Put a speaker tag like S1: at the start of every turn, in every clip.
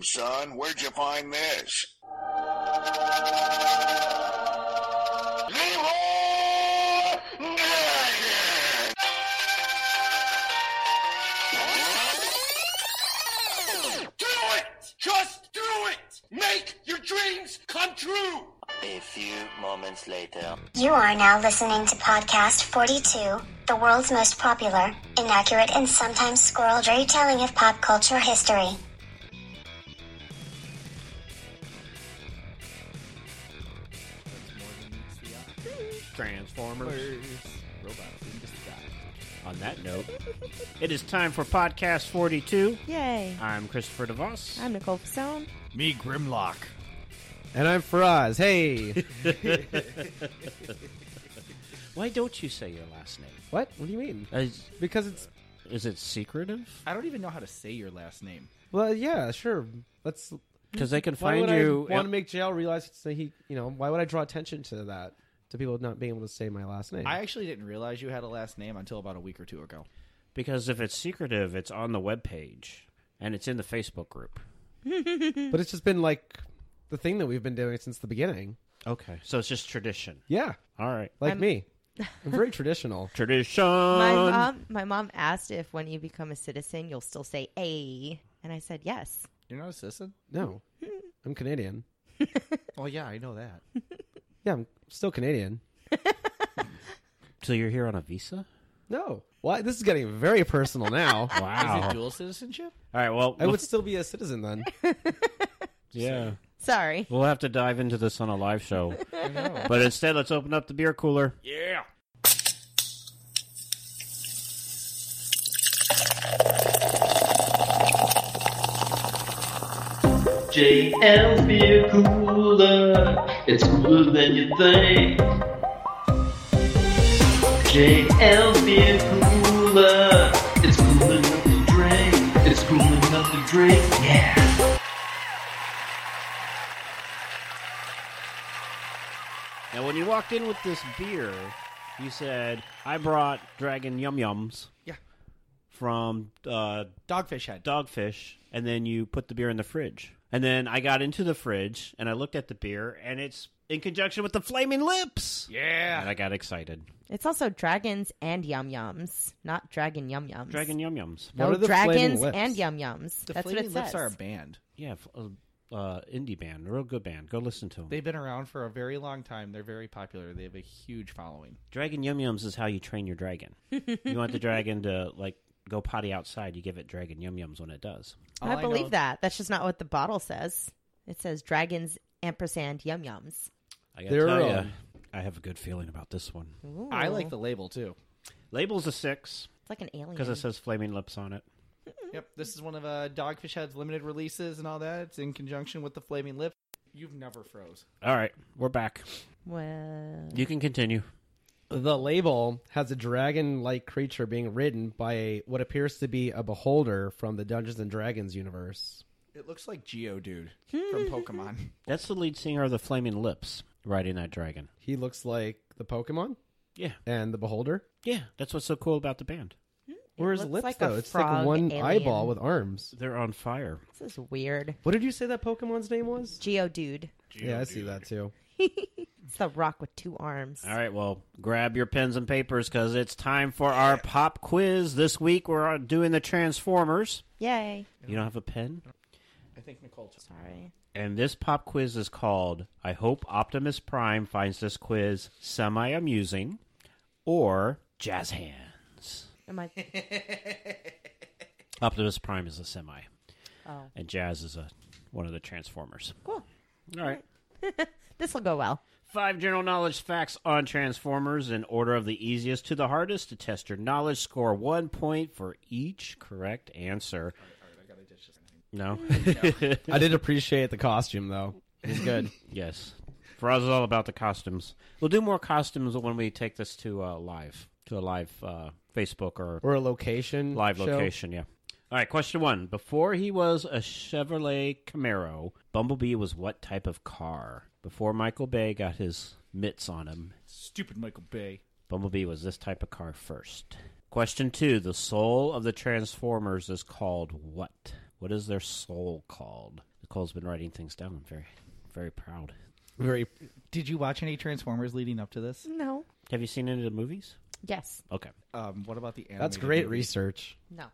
S1: son. Where'd you find this? Leroy Nugent!
S2: Do it! Just do it! Make your dreams come true!
S3: A few moments later.
S4: You are now listening to Podcast 42, the world's most popular, inaccurate, and sometimes squirreled retelling of pop culture history.
S5: Transformers.
S6: Robots in disguise.
S5: On that note, it is time for podcast 42.
S7: Yay.
S5: I'm Christopher DeVos.
S7: I'm Nicole Stone.
S6: Me, Grimlock.
S8: And I'm Faraz. Hey.
S5: Why don't you say your last name?
S8: what? What do you mean?
S5: Is,
S8: Because it's
S5: is it secretive?
S6: I don't even know how to say your last name.
S8: well, yeah, sure. Let's.
S5: Because they can
S8: Why
S5: find
S8: would
S5: you.
S8: I want to make JL realize it's that he? You know, why would I draw attention to that? To people not being able to say my last name.
S6: I actually didn't realize you had a last name until about a week or two ago.
S5: because if it's secretive, it's on the web page and it's in the Facebook group.
S8: but it's just been like the thing that we've been doing since the beginning.
S5: Okay. So it's just tradition.
S8: Yeah,
S5: All right.
S8: like
S7: I'm-
S8: me. I'm very traditional.
S5: Tradition.
S7: My
S8: Um,
S7: mom, my mom asked if when you become a citizen, you'll still say A. And I said yes.
S6: You're not a citizen?
S8: No, I'm Canadian.
S6: Well, yeah, I know that.
S8: Yeah, I'm still Canadian.
S5: So you're here on a visa?
S8: No, why? This is getting very personal now.
S6: Is
S5: Wow.
S6: it dual citizenship?
S5: All right. Well,
S8: I would still be a citizen then.
S5: yeah.
S7: Sorry.
S5: We'll have to dive into this on a live show. but instead, let's open up the beer cooler. Yeah.
S9: JL's beer cooler. E It's cooler than you think. JL's beer cooler. E It's cool enough to drink. It's cool enough to drink. Yeah.
S5: Now, when you walked in with this beer, you said, I brought Dragon Yum Yums
S6: Yeah.
S5: from uh,
S6: Dogfish head.
S5: Dogfish, and then you put the beer in the fridge. And then I got into the fridge and I looked at the beer, and it's in conjunction with the Flaming Lips. And
S6: yeah.
S5: I got excited.
S7: It's also dragons and yum yums, not dragon yum yums.
S5: Dragon Yum Yums.
S7: no,
S8: What are the
S7: Oh, dragons
S8: Flaming Lips?
S7: and yum yums.
S6: The
S7: That's what
S6: Flaming
S7: it
S6: Lips
S7: says.
S6: are a band.
S5: Yeah, f- uh, uh, indie band, real good band. Go listen to them.
S6: They've been around for a very long time. They're very popular. They have a huge following.
S5: Dragon Yum Yums is how you train your dragon. you want the dragon to like go potty outside, you give it Dragon Yum Yums when it does.
S6: All
S7: I
S6: know-
S7: believe that. That's just not what the bottle says. It says dragons ampersand yum yums.
S5: I gotta
S8: They're,
S5: tell ya,
S8: um,
S5: I have a good feeling about this one.
S6: I like
S7: Ooh.
S6: the label too.
S5: Label's a six
S7: It's like an alien.
S5: because it says Flaming Lips on it.
S6: Yep, this is one of uh, Dogfish Head's limited releases and all that. It's in conjunction with the Flaming Lip. You've never froze.
S5: All right, we're back.
S7: well,
S5: You can continue.
S8: The label has a dragon-like creature being ridden by a, what appears to be a beholder from the Dungeons and Dragons universe.
S6: It looks like Geodude from Pokemon.
S5: That's the lead singer of the Flaming Lips riding that dragon.
S8: He looks like the Pokemon
S5: Yeah,
S8: and the beholder.
S5: yeah. That's what's so cool about the band.
S8: Where is
S7: looks
S8: lips
S7: like a
S8: though? It's
S7: frog
S8: like one
S7: alien.
S8: eyeball with arms.
S5: They're on fire.
S7: this is weird.
S8: What did you say that Pokemon's name was?
S7: Geodude.
S8: yeah, I see that too.
S7: It's the rock with two arms.
S5: All right, well, grab your pens and papers because it's time for our pop quiz. This week we're uh, doing the Transformers.
S7: Yay.
S5: You don't have a pen?
S6: I think Nicole. Just...
S7: Sorry.
S5: And this pop quiz is called I Hope Optimus Prime Finds This Quiz Semi Amusing or Jazz Hands.
S7: Am I?
S5: Optimus Prime is a semi,
S7: Oh,
S5: and Jazz is a one of the Transformers.
S7: cool.
S5: All right.
S7: This will go well.
S5: Five general knowledge facts on Transformers in order of the easiest to the hardest to test your knowledge. Score one point for each correct answer. No?
S8: I did appreciate the costume though. It's good.
S5: yes. For us, it's all about the costumes. We'll do more costumes when we take this to uh, live, to a live uh, Facebook or
S6: Mm-hmm.
S8: or a location.
S5: live
S8: show.
S5: location. Yeah. All right. Question one: Before he was a Chevrolet Camaro, Bumblebee was what type of car? Before Michael Bay got his mitts on him,
S6: Stupid Michael Bay.
S5: Bumblebee was this type of car first. Question two: The soul of the Transformers is called what? What is their soul called? Nicole's been writing things down. I'm very, very proud.
S8: Very.
S6: Did you watch any Transformers leading up to this?
S7: No.
S5: Have you seen any of the movies?
S7: Yes.
S5: Okay.
S6: Um, what about the animated?
S8: That's great
S6: movies?
S8: research.
S7: No.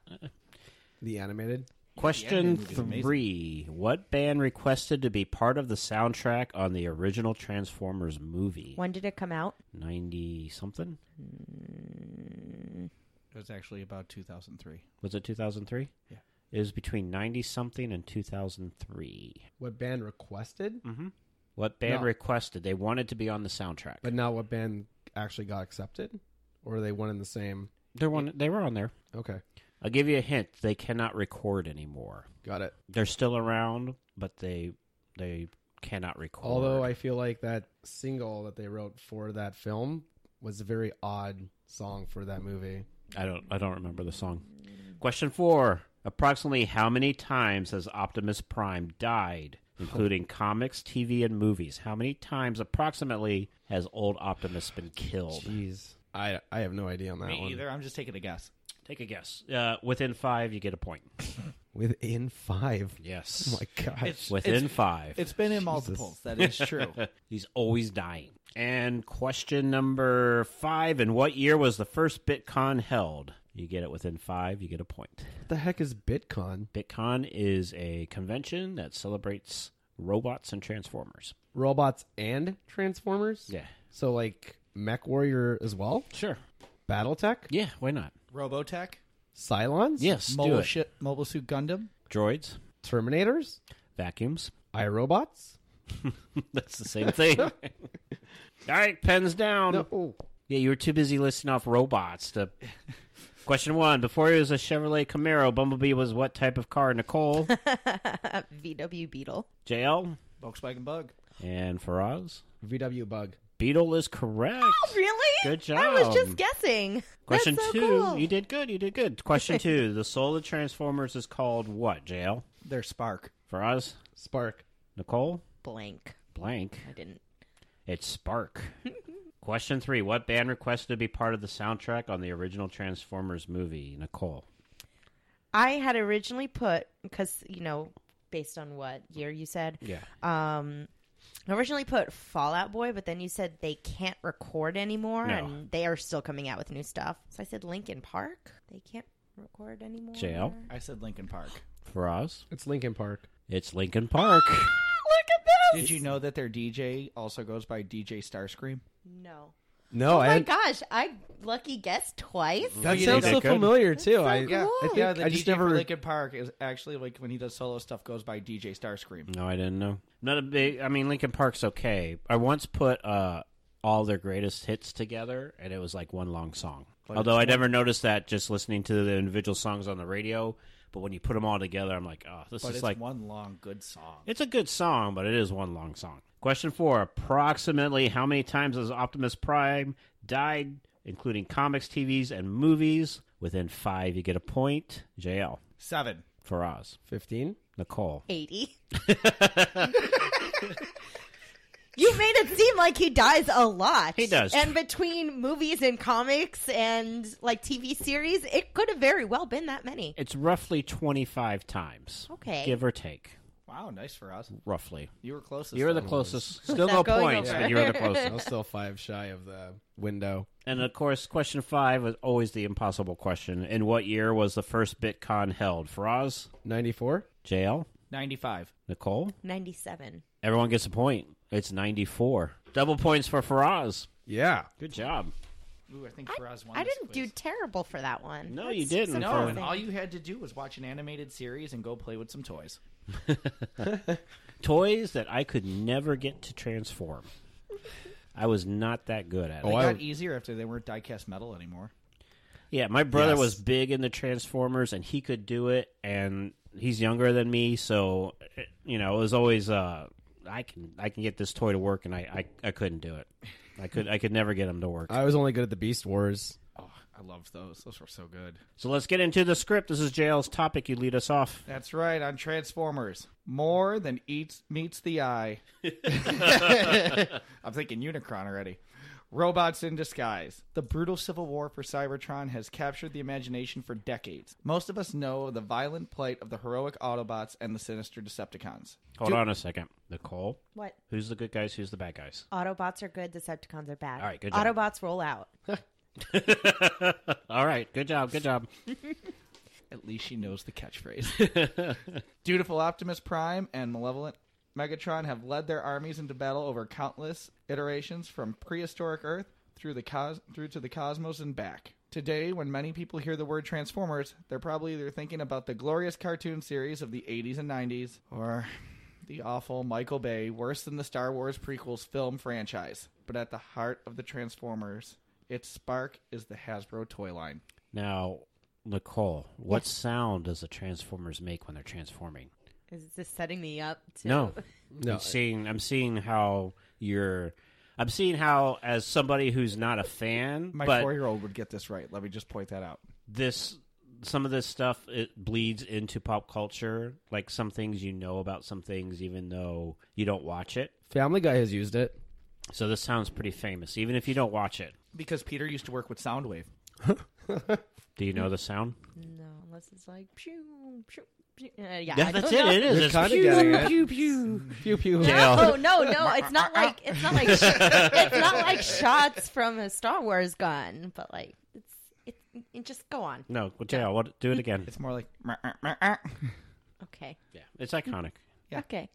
S8: The animated.
S5: Question
S6: movie's amazing.
S5: three: What band requested to be part of the soundtrack on the original Transformers movie?
S7: When did it come out?
S5: Ninety something?
S6: It was actually about 2003.
S5: Was it two thousand three?
S6: Yeah.
S5: It was between ninety something and two thousand three.
S8: What band requested,
S5: What band
S8: No.
S5: requested? They wanted to be on the soundtrack.
S8: but not what band actually got accepted, or are they one and the same?
S5: They're one. They were on there.
S8: Okay,
S5: I'll give you a hint. They cannot record anymore.
S8: got it.
S5: They're still around, but they they cannot record.
S8: Although I feel like that single that they wrote for that film was a very odd song for that movie.
S5: I don't I don't remember the song. Question four: Approximately how many times has Optimus Prime died, including comics, TV, and movies? How many times approximately has old Optimus been killed?
S8: Jeez, I I have no idea on that one.
S6: Either I'm just taking a guess.
S5: Take a guess. Uh, within five, you get a point.
S8: Within five.
S5: Yes.
S8: Oh my god.
S5: Within five.
S6: It's been in multiples. That is true.
S5: He's always dying. And question number five: In what year was the first BitCon held? You get it within five, you get a point.
S8: what the heck is Bitcoin?
S5: BitCon is a convention that celebrates robots and transformers.
S8: Robots and Transformers.
S5: Yeah.
S8: So like Mech Warrior as well.
S5: Sure.
S8: BattleTech.
S5: Yeah, why not?
S6: Robotech,
S8: Cylons.
S5: Yes, do
S6: Mobile,
S5: it.
S6: Shi- Mobile Suit Gundam.
S5: Droids,
S8: Terminators.
S5: vacuums.
S8: iRobots.
S5: That's the same thing. All right, pens down.
S8: Oh.
S5: Yeah, you were too busy listing off robots to. Question one: Before he was a Chevrolet Camaro, Bumblebee was what type of car? Nicole,
S7: VW Beetle.
S5: JL,
S6: Volkswagen Bug.
S5: and Faraz.
S8: VW Bug.
S5: Beetle is correct.
S7: Really?
S5: Good
S7: I was
S5: job.
S7: just guessing.
S5: Question
S7: That's so
S5: two:
S7: cool.
S5: You did good. You did good. Question two: The soul of Transformers is called what? JL,
S6: Their Spark.
S5: Faraz,
S8: Spark.
S5: Nicole,
S7: Blank.
S5: blank.
S7: I didn't.
S5: It's Spark. Question three: What band requested to be part of the soundtrack on the original Transformers movie? Nicole.
S7: I had originally put because you know based on what year you said.
S5: Yeah.
S7: Um, I originally put Fallout Boy, but then you said they can't record anymore,
S5: No.
S7: and they are still coming out with new stuff. So I said Linkin Park. They can't record anymore. Ah,
S5: JL?
S6: I said Lincoln Park.
S5: For us,
S8: It's Lincoln Park.
S5: it's Lincoln Park.
S6: Did you know that their DJ also goes by DJ Starscream?
S7: No.
S8: No,
S7: Oh
S8: I
S7: my
S8: had,
S7: gosh! I lucky guessed twice.
S8: that
S5: You
S8: sounds
S5: did
S8: so
S5: good.
S8: familiar too.
S7: so
S8: I
S7: Yeah,
S8: I,
S7: cool.
S8: think-
S6: Yeah, the
S8: I
S6: DJ
S8: just
S6: for
S8: never
S6: Lincoln Park is actually like when he does solo stuff goes by DJ Starscream.
S5: no, I didn't know. Not a big. I mean, Lincoln Park's okay. I once put uh, all their greatest hits together, and it was like one long song. Although I never noticed that just listening to the individual songs on the radio, but when you put them all together, I'm like, oh, this
S6: But
S5: is
S6: it's
S5: like
S6: one long good song.
S5: It's a good song, but it is one long song. Question four Approximately how many times has Optimus Prime died, including comics, TVs, and movies? Within five, you get a point. JL,
S6: Seven.
S5: Faraz,
S8: fifteen.
S5: Nicole.
S7: Eighty. You made it seem like he dies a lot.
S5: He does.
S7: And between movies and comics and like TV series, it could have very well been that many.
S5: It's roughly 25 times.
S7: Okay.
S5: Give or take,
S6: Wow, nice for us.
S5: roughly.
S6: You were closest.
S5: You were the
S6: though.
S5: closest. Still no
S7: Not going
S5: points,
S7: over.
S5: but you were the
S8: I
S5: closest.
S8: was still five shy of the window.
S5: And of course, question five was always the impossible question. In what year was the first BitCon held? Faraz,
S8: Ninety four.
S5: JL,
S6: Ninety-five.
S5: Nicole.
S7: 97.
S5: Everyone gets a point. It's 94. Double points for Faraz.
S8: Yeah.
S5: Good job.
S6: Ooh, I think
S7: I,
S6: Faraz won.
S7: I
S6: this
S7: didn't
S6: quiz.
S7: do terrible for that one.
S5: No, you didn't.
S6: No,
S5: Faraz.
S6: and all you had to do was watch an animated series and go play with some toys.
S5: Toys that I could never get to transform. I was not that good at it.
S8: Oh,
S6: It
S8: I,
S6: got easier after they weren't diecast metal anymore.
S5: Yeah, my brother
S8: Yes.
S5: was big into Transformers and he could do it and he's younger than me, so eh, you know, it was always uh I can I can get this toy to work and I I, I couldn't do it. I could I could never get him to work.
S8: I was only good at the Beast Wars.
S6: Oh, I loved those. Those were so good.
S5: so let's get into the script. This is JL's topic. You lead us off.
S6: That's right on Transformers. More than eats meets the eye. I'm thinking Unicron already. Robots in Disguise. The brutal civil war for Cybertron has captured the imagination for decades. Most of us know the violent plight of the heroic Autobots and the sinister Decepticons.
S5: Hold on a second. Nicole,
S7: What?
S5: who's the good guys? Who's the bad guys?
S7: Autobots are good. Decepticons are bad.
S5: All right, good job.
S7: Autobots roll out.
S5: All right. Good job. Good job.
S6: At least she knows the catchphrase. Dutiful Optimus Prime and malevolent Megatron have led their armies into battle over countless iterations from prehistoric Earth through the cos- through to the cosmos and back. Today, when many people hear the word Transformers, they're probably either thinking about the glorious cartoon series of the 80s and 90s or the awful Michael Bay, worse than the Star Wars prequels film franchise. But at the heart of the Transformers, its spark is the Hasbro toy line.
S5: Now, Nicole, what sound does the Transformers make when they're transforming?
S7: Is this setting me up? To...
S5: No,
S8: No.
S5: I'm seeing. I'm seeing how you're. I'm seeing how, as somebody who's not a fan,
S6: My
S5: but
S6: four-year-old would get this right. Let me just point that out.
S5: this some of this stuff it bleeds into pop culture. Like some things you know about some things, even though you don't watch it.
S8: Family Guy has used it.
S5: So this sounds pretty famous, even if you don't watch it.
S6: Because Peter used to work with Soundwave.
S5: Do you know the sound?
S7: No, unless it's like pew, pew, pew. Uh, yeah,
S5: Yeah,
S7: I
S5: that's
S7: don't
S5: it.
S7: know.
S5: It is.
S8: You're
S5: It's
S8: kinda
S5: pew,
S8: getting it.
S5: pew, pew.
S8: Pew pew.
S7: No, no, no. It's not like it's not like it's not like shots from a Star Wars gun, but like it's it's it, just go on.
S5: No, well, JL, what? Do it again.
S6: It's more like. "Meh, meh, meh, meh."
S7: Okay,
S5: Yeah, it's iconic.
S7: okay.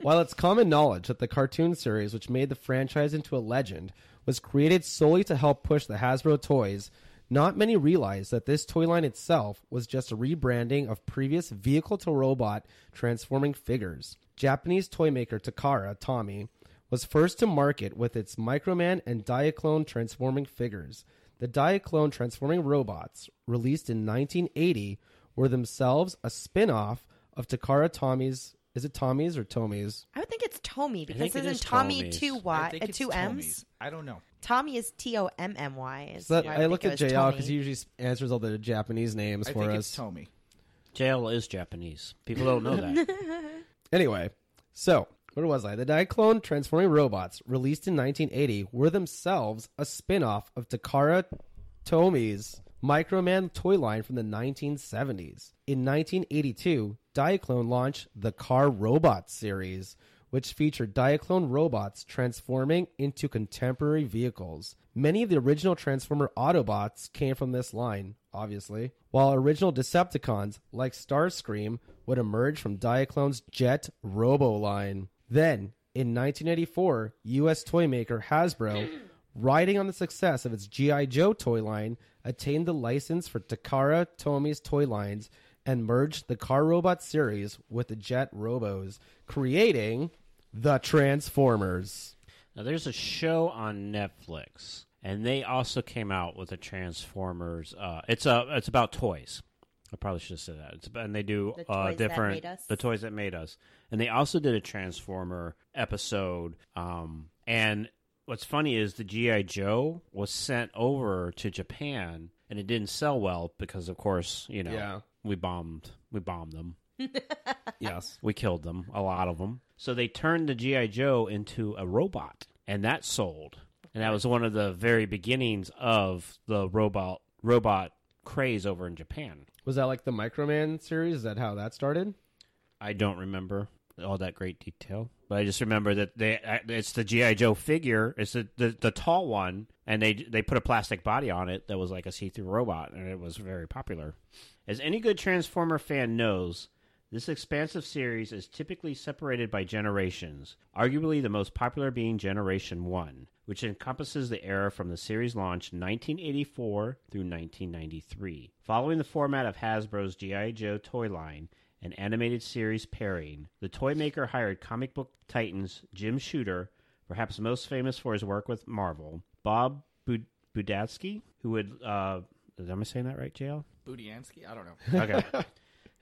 S8: While it's common knowledge that the cartoon series, which made the franchise into a legend, was created solely to help push the Hasbro toys, not many realize that this toy line itself was just a rebranding of previous vehicle to robot transforming figures. Japanese toy maker Takara Tommy was first to market with its Microman and Diaclone transforming figures. The Diaclone transforming robots, released in 1980, were themselves a spin off of Takara Tommy's. Is it Tommy's or Tommy's?
S7: I would think it's Tommy because
S5: think it
S7: isn't
S5: is
S7: Tommy
S5: Tommy's.
S7: two
S6: I
S7: y
S6: think
S7: uh,
S6: it's
S7: two m's?
S6: Tommy's. I don't know.
S7: Tommy is T O M M Y. is
S8: So that,
S7: why
S8: I look
S7: think
S8: at
S7: it was
S8: JL
S7: Tommy.
S8: because he usually s- answers all the Japanese names
S6: I
S8: for
S6: think
S8: us.
S6: it's Tommy.
S5: JL is Japanese. People don't know that.
S8: Anyway, so where was I? The Diaclone Transforming Robots, released in 1980, were themselves a spin off of Takara Tomi's Microman toy line from the 1970s. In 1982, Diaclone launched the Car Robot series, which featured Diaclone robots transforming into contemporary vehicles. Many of the original Transformer Autobots came from this line, obviously, while original Decepticons, like Starscream, would emerge from Diaclone's Jet Robo line. Then, in 1984, U.S. toy maker Hasbro, riding on the success of its G.I. Joe toy line, attained the license for Takara Tomi's toy lines and merged the Car Robot series with the Jet Robos, creating the Transformers.
S5: Now, there's a show on Netflix, and they also came out with a Transformers. Uh, it's a it's about toys. I probably should have said that. It's about, and they do
S7: The
S5: uh,
S7: Toys That
S5: different
S7: Made Us?
S5: the toys that made us, and they also did a Transformer episode. Um, and what's funny is the GI Joe was sent over to Japan, and it didn't sell well because, of course, you know,
S8: Yeah.
S5: we bombed we bombed them.
S8: Yes.
S5: We killed them, a lot of them. So they turned the G.I. Joe into a robot, and that sold. And that was one of the very beginnings of the robot robot craze over in Japan.
S8: Was that like the Microman series? Is that how that started?
S5: I don't remember all that great detail, but I just remember that they it's the G.I. Joe figure, it's the, the the tall one, and they they put a plastic body on it that was like a see-through robot, and it was very popular. As any good Transformer fan knows, this expansive series is typically separated by generations, arguably the most popular being Generation 1, which encompasses the era from the series launch 1984 through 1993. Following the format of Hasbro's G.I. Joe toy line, an animated series pairing, the toy maker hired comic book titans Jim Shooter, perhaps most famous for his work with Marvel, Bob Bud- Budatsky, who would, uh, am I saying that right, JL?
S6: Budiansky? I don't know.
S5: Okay.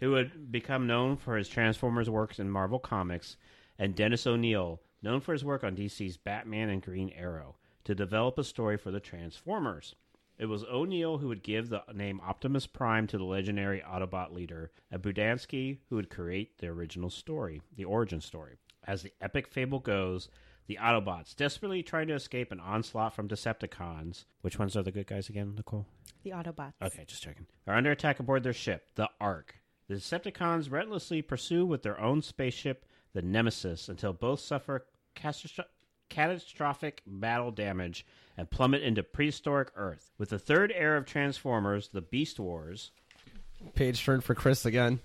S5: Who would become known for his Transformers works in Marvel Comics, and Dennis O'Neill, known for his work on DC's Batman and Green Arrow, to develop a story for the Transformers. It was O'Neill who would give the name Optimus Prime to the legendary Autobot leader, and Budansky who would create the original story, the origin story. As the epic fable goes, The Autobots, desperately trying to escape an onslaught from Decepticons. Which ones are the good guys again, Nicole?
S7: The Autobots.
S5: Okay, just checking. Are under attack aboard their ship, the Ark. The Decepticons relentlessly pursue with their own spaceship, the Nemesis, until both suffer catastro- catastrophic battle damage and plummet into prehistoric Earth. With the third era of Transformers, the Beast Wars,
S8: Page turned for Chris again.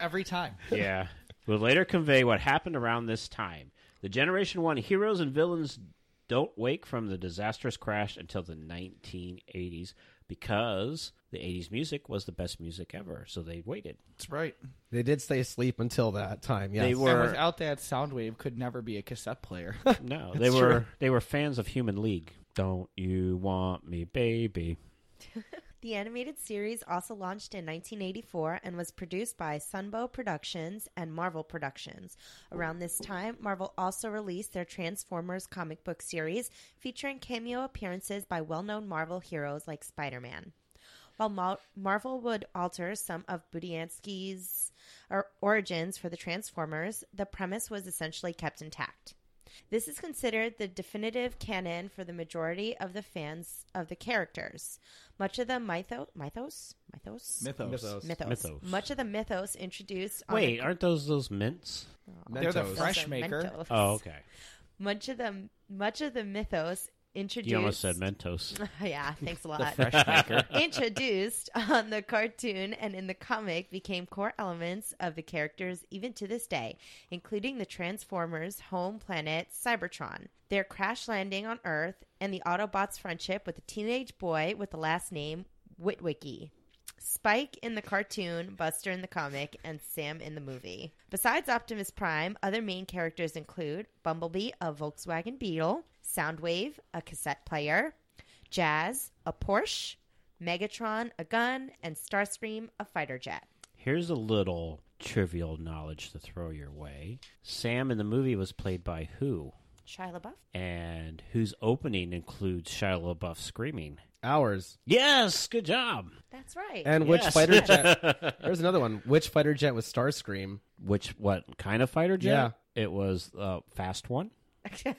S6: Every time.
S5: yeah, will later convey what happened around this time. The Generation 1 heroes and villains don't wake from the disastrous crash until the 1980s because the 80s music was the best music ever, so they waited.
S6: That's right.
S8: They did stay asleep until that time. Yes.
S5: They
S6: And
S5: were
S6: without that, Soundwave could never be a cassette player.
S5: no, they were they were fans of Human League. Don't you want me, baby?
S7: The animated series also launched in 1984 and was produced by Sunbow Productions and Marvel Productions. Around this time, Marvel also released their Transformers comic book series featuring cameo appearances by well known Marvel heroes like Spider Man. While Mar- Marvel would alter some of Budiansky's or- origins for the Transformers, the premise was essentially kept intact. This is considered the definitive canon for the majority of the fans of the characters. Much of the mytho- mythos, mythos, mythos,
S6: Mythos.
S5: Mythos.
S7: much of the mythos introduced. on
S5: Wait,
S7: the-
S5: aren't those those mints?
S6: They're the
S8: Mentos.
S6: fresh
S7: Those are
S6: maker.
S7: Mentos.
S5: Oh, okay.
S7: Much of the much of the mythos introduced.
S5: You almost said Mentos.
S7: yeah, thanks a lot.
S6: Freshmaker.
S7: introduced on the cartoon and in the comic became core elements of the characters even to this day, including the Transformers' home planet Cybertron, their crash landing on Earth, and the Autobots' friendship with a teenage boy with the last name Witwicky. Spike in the cartoon, Buster in the comic, and Sam in the movie. Besides Optimus Prime, other main characters include Bumblebee, a Volkswagen Beetle, Soundwave, a cassette player, Jazz, a Porsche, Megatron, a gun, and Starscream, a fighter jet.
S5: Here's a little trivial knowledge to throw your way. Sam in the movie was played by who?
S7: Shia LaBeouf?
S5: And whose opening includes Shia LaBeouf screaming.
S8: Hours.
S5: Yes, good job.
S7: That's right.
S8: And which
S5: Yes.
S8: fighter jet? There's another one. Which fighter jet was Starscream?
S5: Which what kind of fighter jet? It was uh, fast one.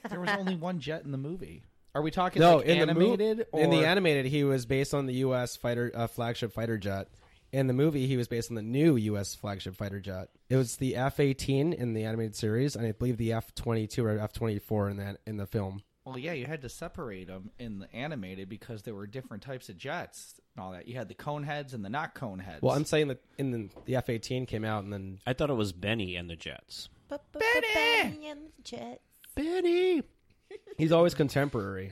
S6: there was only one jet in the movie. Are we talking
S8: no,
S6: like
S8: in
S6: animated
S8: the mo-
S6: or
S8: in the animated, he was based on the U.S. fighter uh, flagship fighter jet. In the movie, he was based on the new U.S. flagship fighter jet. It was the F-18 in the animated series, and I believe the F-22 or F-24 in that in the film.
S6: Well, yeah, you had to separate them in the animated because there were different types of jets and all that. You had the cone heads and the not cone heads.
S8: Well, I'm saying that in the, the F-18 came out, and then
S5: I thought it was Benny and the Jets.
S7: Benny! Jets.
S5: Benny
S8: he's always contemporary.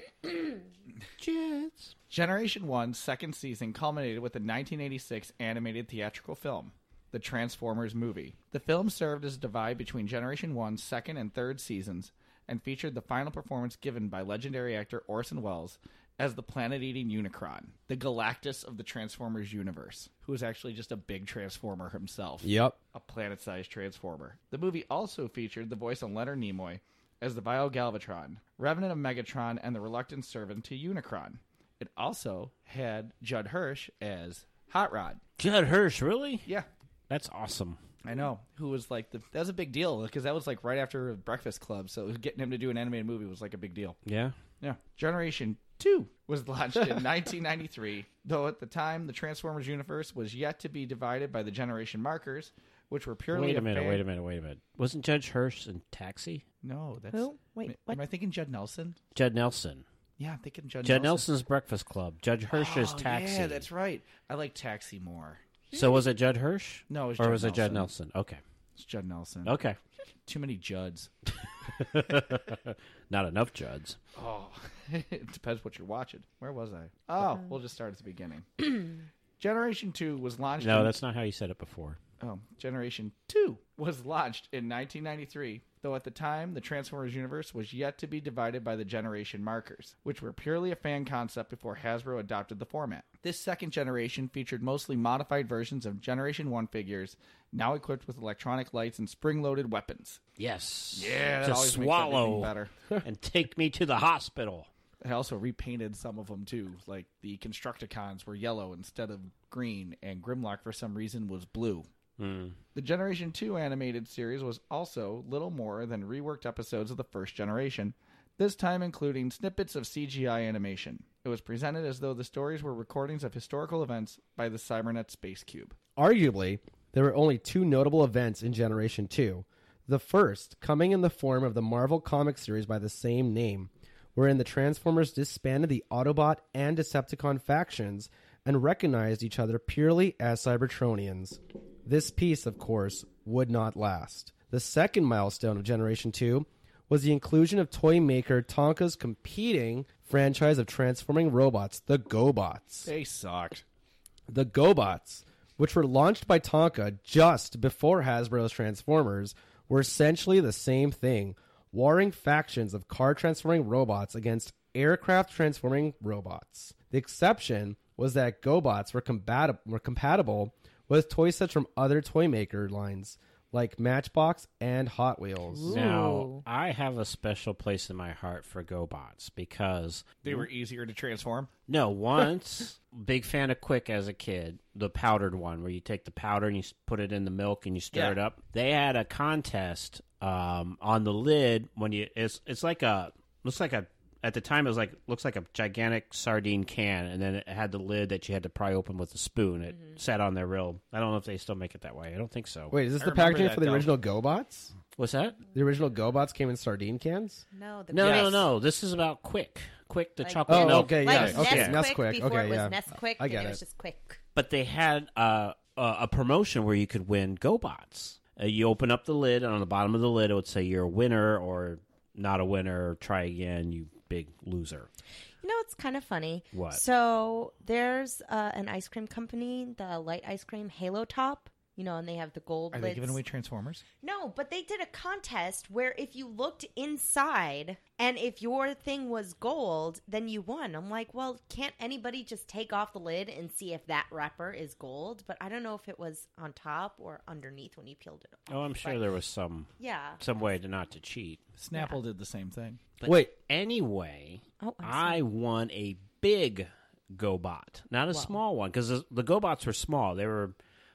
S5: Jets.
S6: Generation One's second season culminated with the 1986 animated theatrical film, The Transformers Movie. The film served as a divide between Generation One's second and third seasons and featured the final performance given by legendary actor Orson Welles as the planet eating Unicron, the Galactus of the Transformers universe, who is actually just a big Transformer himself
S8: Yep.
S6: a planet sized transformer. The movie also featured the voice of Leonard Nimoy as the Bio Galvatron, Revenant of Megatron, and the reluctant servant to Unicron. It also had Judd Hirsch as Hot Rod.
S5: Judd Hirsch, really?
S6: Yeah,
S5: That's awesome.
S6: I know. Who was like the that was a big deal because that was like right after Breakfast Club, so getting him to do an animated movie was like a big deal.
S5: Yeah.
S6: Yeah. Generation 2 was launched in 1993, though at the time the Transformers universe was yet to be divided by the generation markers, which were purely
S5: Wait a minute,
S6: fan-
S5: wait a minute, wait a minute. Wasn't Judge Hirsch in Taxi?
S6: No, that's
S7: Who? Wait,
S6: Ma-
S7: what?
S6: Am I thinking Judd Nelson?
S5: Judd Nelson.
S6: Yeah, I'm thinking Judd.
S5: Judd Nelson's Breakfast Club. Judge Hirsch is
S6: Oh,
S5: Taxi.
S6: Yeah, that's right. I like Taxi more.
S5: So was it Judd Hirsch?
S6: No, it was
S5: or
S6: Judd
S5: was it Judd Nelson? Okay,
S6: It's Judd Nelson.
S5: okay.
S6: Too many Judds.
S5: Not enough Judds.
S6: Oh, it depends what you're watching. Where was I? Oh, we'll just start at the beginning. Generation Two was launched.
S5: No,
S6: in-
S5: that's not how you said it before.
S6: oh, Generation Two was launched in 1993. Though at the time, the Transformers universe was yet to be divided by the generation markers, which were purely a fan concept before Hasbro adopted the format. This second generation featured mostly modified versions of Generation 1 figures, now equipped with electronic lights and spring loaded weapons.
S5: Yes.
S6: Yeah, that
S5: To
S6: always makes
S5: swallow
S6: everything better.
S5: and take me to the hospital.
S6: I also repainted some of them too. Like the Constructicons were yellow instead of green, and Grimlock for some reason was blue. The Generation 2 animated series was also little more than reworked episodes of the first generation, this time including snippets of CGI animation. It was presented as though the stories were recordings of historical events by the Cybernet Space Cube.
S8: Arguably, there were only two notable events in Generation 2. The first, coming in the form of the Marvel comic series by the same name, wherein the Transformers disbanded the Autobot and Decepticon factions and recognized each other purely as Cybertronians. This piece, of course, would not last. The second milestone of Generation 2 was the inclusion of toy maker Tonka's competing franchise of transforming robots, the GoBots
S6: They sucked.
S8: the GoBots, which were launched by Tonka just before Hasbro's Transformers, were essentially the same thing, warring factions of car transforming robots against aircraft transforming robots. The exception was that GoBots were, combat- were compatible with toy sets from other toy maker lines like Matchbox and Hot Wheels.
S5: Now, I have a special place in my heart for GoBots because
S6: They were easier to transform.
S5: No, once big fan of Quick as a kid, the powdered one where you take the powder and you s- put it in the milk and you stir
S6: Yeah.
S5: it up. They had a contest um, on the lid when you it's it's like a looks like a at the time it was like looks like a gigantic sardine can and then it had the lid that you had to pry open with a spoon. It
S7: Mm-hmm.
S5: sat on there real. I don't know if they still make it that way. I don't think so.
S8: Wait, is this the
S6: remember
S8: packaging
S6: that,
S8: for the
S6: though.
S8: original GoBots?
S5: what's that?
S8: The original GoBots came in sardine cans?
S7: No, the
S5: No, no,
S7: Yes.
S5: no. This is about Quick. Quick the
S7: Like
S5: chocolate
S8: Oh,
S5: milk.
S8: okay,
S7: Like
S8: yeah, okay,
S7: Nesquik
S8: Nesquik,
S7: before
S8: okay,
S7: it was
S8: yeah.
S7: Nesquik,
S8: I
S7: and
S8: get
S7: it
S8: it.
S7: was just quick.
S5: but they had uh, a, a promotion where you could win GoBots. Uh, you open up the lid, and on the bottom of the lid, it would say you're a winner or not a winner. Try again, you big loser.
S7: You know, it's kind of funny.
S5: What?
S7: So there's uh, an ice cream company, the light ice cream Halo Top. You know, and they have the gold.
S6: Are they
S7: lids.
S6: giving away transformers?
S7: No, but they did a contest where if you looked inside and if your thing was gold, then you won. I'm like, well, can't anybody just take off the lid and see if that wrapper is gold? But I don't know if it was on top or underneath when you peeled it off.
S5: Oh, I'm sure
S7: But-
S5: there was some
S7: Yeah.
S5: some way to not to cheat.
S6: Snapple did the same thing.
S5: But
S8: Wait.
S5: anyway,
S7: Oh, I'm
S5: I won a big GoBot, not a small one, because the, the GoBots were small. They were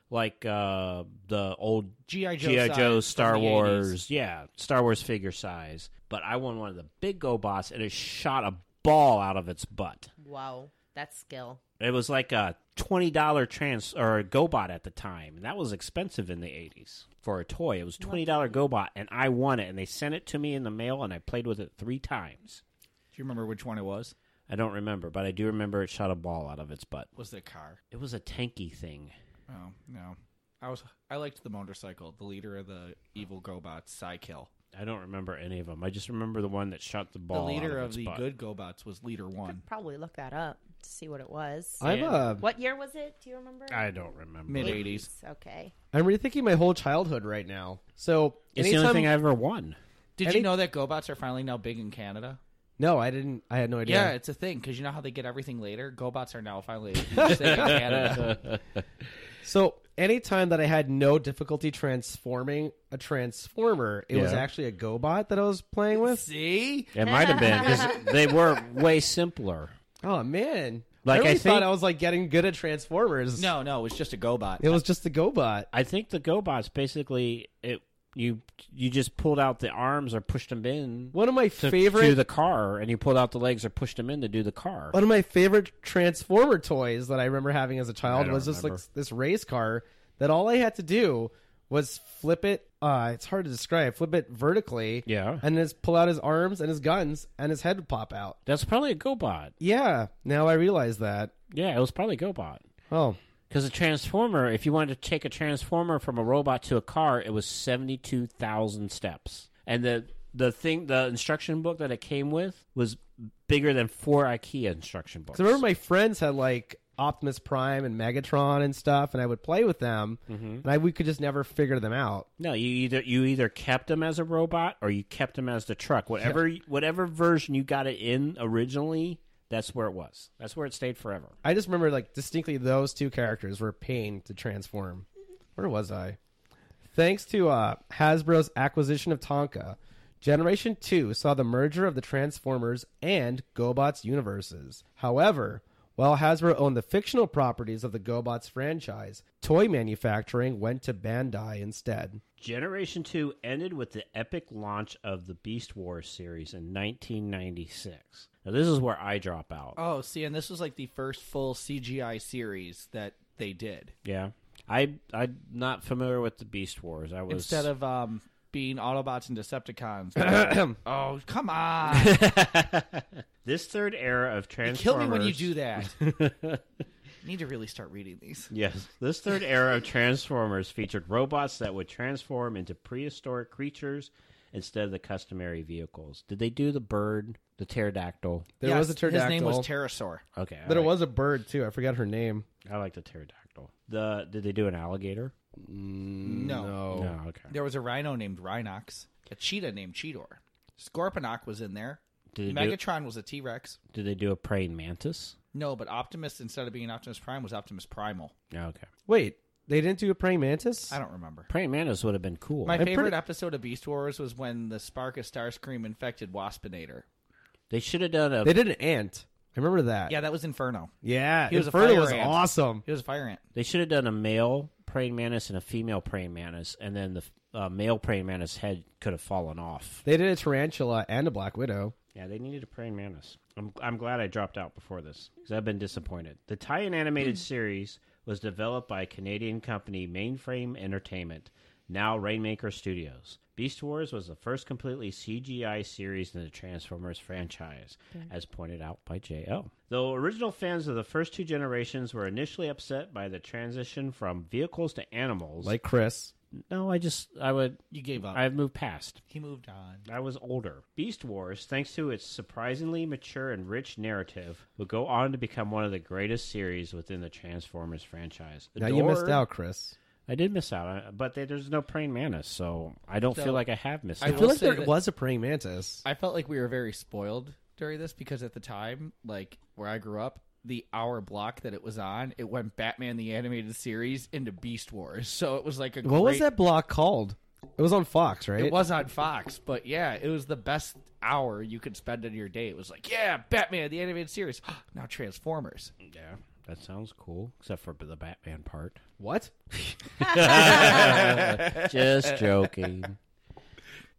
S5: like uh, the old
S6: G.I. Joe
S5: G.I.
S6: size
S5: Joe
S6: from
S5: Star
S6: the 80s.
S5: Wars, yeah, Star Wars figure size. But I won one of the big GoBots, and it shot a ball out of its butt.
S7: Wow. That's skill.
S5: It was like a twenty dollar trans or a GoBot at the time, and that was expensive in the eighties for a toy. It was twenty dollar GoBot, and I won it, and they sent it to me in the mail, and I played with it three times.
S6: Do you remember which one it was?
S5: I don't remember, but I do remember it shot a ball out of its butt.
S6: Was the car?
S5: It was a tanky thing.
S6: Oh no, I was. I liked the motorcycle. The leader of the evil GoBots, Psykill.
S5: I don't remember any of them. I just remember the one that shot the
S6: The
S5: ball. out of,
S6: leader of
S5: its
S6: the
S5: butt.
S6: good GoBots was Leader One.
S7: Probably look that up to see what it was.
S8: I'm, uh,
S7: Um, what year was it? Do you remember?
S5: I don't remember.
S6: Mid eighties.
S7: Eighties. Okay.
S8: I'm rethinking my whole childhood right now. So,
S5: It's the
S8: anytime-
S5: only thing I ever won.
S6: Did
S8: Any-
S6: you know that GoBots are finally now big in Canada?
S8: No, I didn't. I had no idea.
S6: Yeah, it's a thing because you know how they get everything later. GoBots are now finally a huge thing in Canada.
S8: So anytime that I had no difficulty transforming a transformer, it was
S5: Yeah.
S8: actually a GoBot that I was playing with.
S6: See,
S5: It might have been 'cause they were way simpler.
S8: Oh man!
S5: Like,
S8: I, really
S5: I
S8: thought
S5: think-
S8: I was like getting good at transformers.
S6: no, no, it's just a GoBot.
S8: it was just the GoBot.
S5: I think the GoBots basically it you you just pulled out the arms or pushed them in
S8: One of my
S5: to
S8: favorite.
S5: do the car, and you pulled out the legs or pushed them in to do the car.
S8: one of my favorite transformer toys that I remember having as a child
S5: don't
S8: was just like
S5: remember.
S8: this race car that all I had to do was flip it. Uh, it's hard to describe. Flip it vertically.
S5: Yeah.
S8: And just pull out his arms and his guns, and his head would pop out.
S5: That's probably a GoBot.
S8: Yeah. Now I realize that.
S5: Yeah, it was probably a GoBot.
S8: Oh.
S5: Because a transformer, if you wanted to take a transformer from a robot to a car, it was seventy two thousand steps, and the the thing the instruction book that it came with was bigger than four IKEA instruction books.
S8: So I remember my friends had like Optimus Prime and Megatron and stuff, and I would play with them,
S5: Mm-hmm.
S8: and I, we could just never figure them out.
S5: No, you either you either kept him as a robot or you kept him as the truck. Whatever whatever version you got it in originally, that's where it was. That's where it stayed forever.
S8: I just remember like distinctly those two characters were a pain to transform. Where was I? Thanks to uh, Hasbro's acquisition of Tonka, Generation 2 saw the merger of the Transformers and GoBots universes. However, While Hasbro owned the fictional properties of the GoBots franchise, toy manufacturing went to Bandai instead.
S5: Generation 2 ended with the epic launch of the Beast Wars series in 1996. Now, this is where I drop out.
S6: Oh, see, and this was like the first full CGI series that they did.
S5: Yeah. I, I'm not familiar with the Beast Wars. I was.
S6: Instead of um, being Autobots and Decepticons. oh, come on.
S5: this third era of Transformers.
S6: Kill me when you do that. Need to really start reading these.
S5: Yes, this third era of Transformers featured robots that would transform into prehistoric creatures instead of the customary vehicles. Did they do the bird, the pterodactyl?
S8: There
S6: Yes,
S8: was a pterodactyl.
S6: His name was Pterosaur.
S5: Okay, I
S8: There
S5: like,
S8: was a bird too. I forgot her name.
S5: I like the pterodactyl. The did they do an alligator?
S6: No.
S5: No, okay.
S6: There was a rhino named Rhinox, a cheetah named Cheetor. Scorponok was in there.
S5: Did they, do,
S6: Megatron was a T Rex.
S5: did they do a praying mantis?
S6: No, but Optimus, instead of being Optimus Prime, was Optimus Primal.
S5: No, okay.
S8: Wait, they didn't do a praying mantis?
S6: I don't remember.
S5: Praying mantis would have been cool.
S6: My
S8: I'm
S6: favorite
S8: pretty-
S6: episode of Beast Wars was when the spark of Starscream infected Waspinator.
S5: they should have done a
S8: They
S5: they,
S8: did an ant. I remember that.
S6: Yeah, that was Inferno.
S8: yeah.
S6: He was a
S8: Inferno
S6: fire
S8: was
S6: ant.
S8: awesome.
S6: He was a fire ant.
S5: should have done a male praying mantis and a female praying mantis, and then the uh, male praying mantis head could have fallen off.
S8: They did a tarantula and a black widow.
S5: Yeah, they needed a praying mantis. I'm, I'm glad I dropped out before this because I've been disappointed. The tie-in animated series was developed by Canadian company Mainframe Entertainment, now Rainmaker Studios. Beast Wars was the first completely CGI series in the Transformers franchise, as pointed out by J.O. Though original fans of the first two generations were initially upset by the transition from vehicles to animals,
S8: Like Chris.
S5: no, I just I would
S6: You gave up.
S5: I've moved past.
S6: He moved on.
S5: I was older. Beast Wars, thanks to its surprisingly mature and rich narrative, would go on to become one of the greatest series within the Transformers franchise.
S8: Now you missed
S5: Adored-
S8: out, Chris.
S5: I did miss out, uh, but they, there's no praying mantis, so I don't
S6: So,
S5: feel like I have missed
S6: I
S5: out.
S8: I
S6: will
S8: feel like
S6: say
S8: there
S6: that-
S8: was a praying mantis.
S6: I felt like we were very spoiled during this because at the time, like where I grew up, the hour block that it was on, it went Batman the Animated Series into Beast Wars. So it was like a
S8: What was
S6: great-
S8: that block called? It was on Fox, right?
S6: It was on Fox, but yeah, it was the best hour you could spend in your day. It was like, yeah, Batman the Animated Series, now Transformers.
S5: yeah, that sounds cool, except for the Batman part.
S8: What?
S5: Just joking.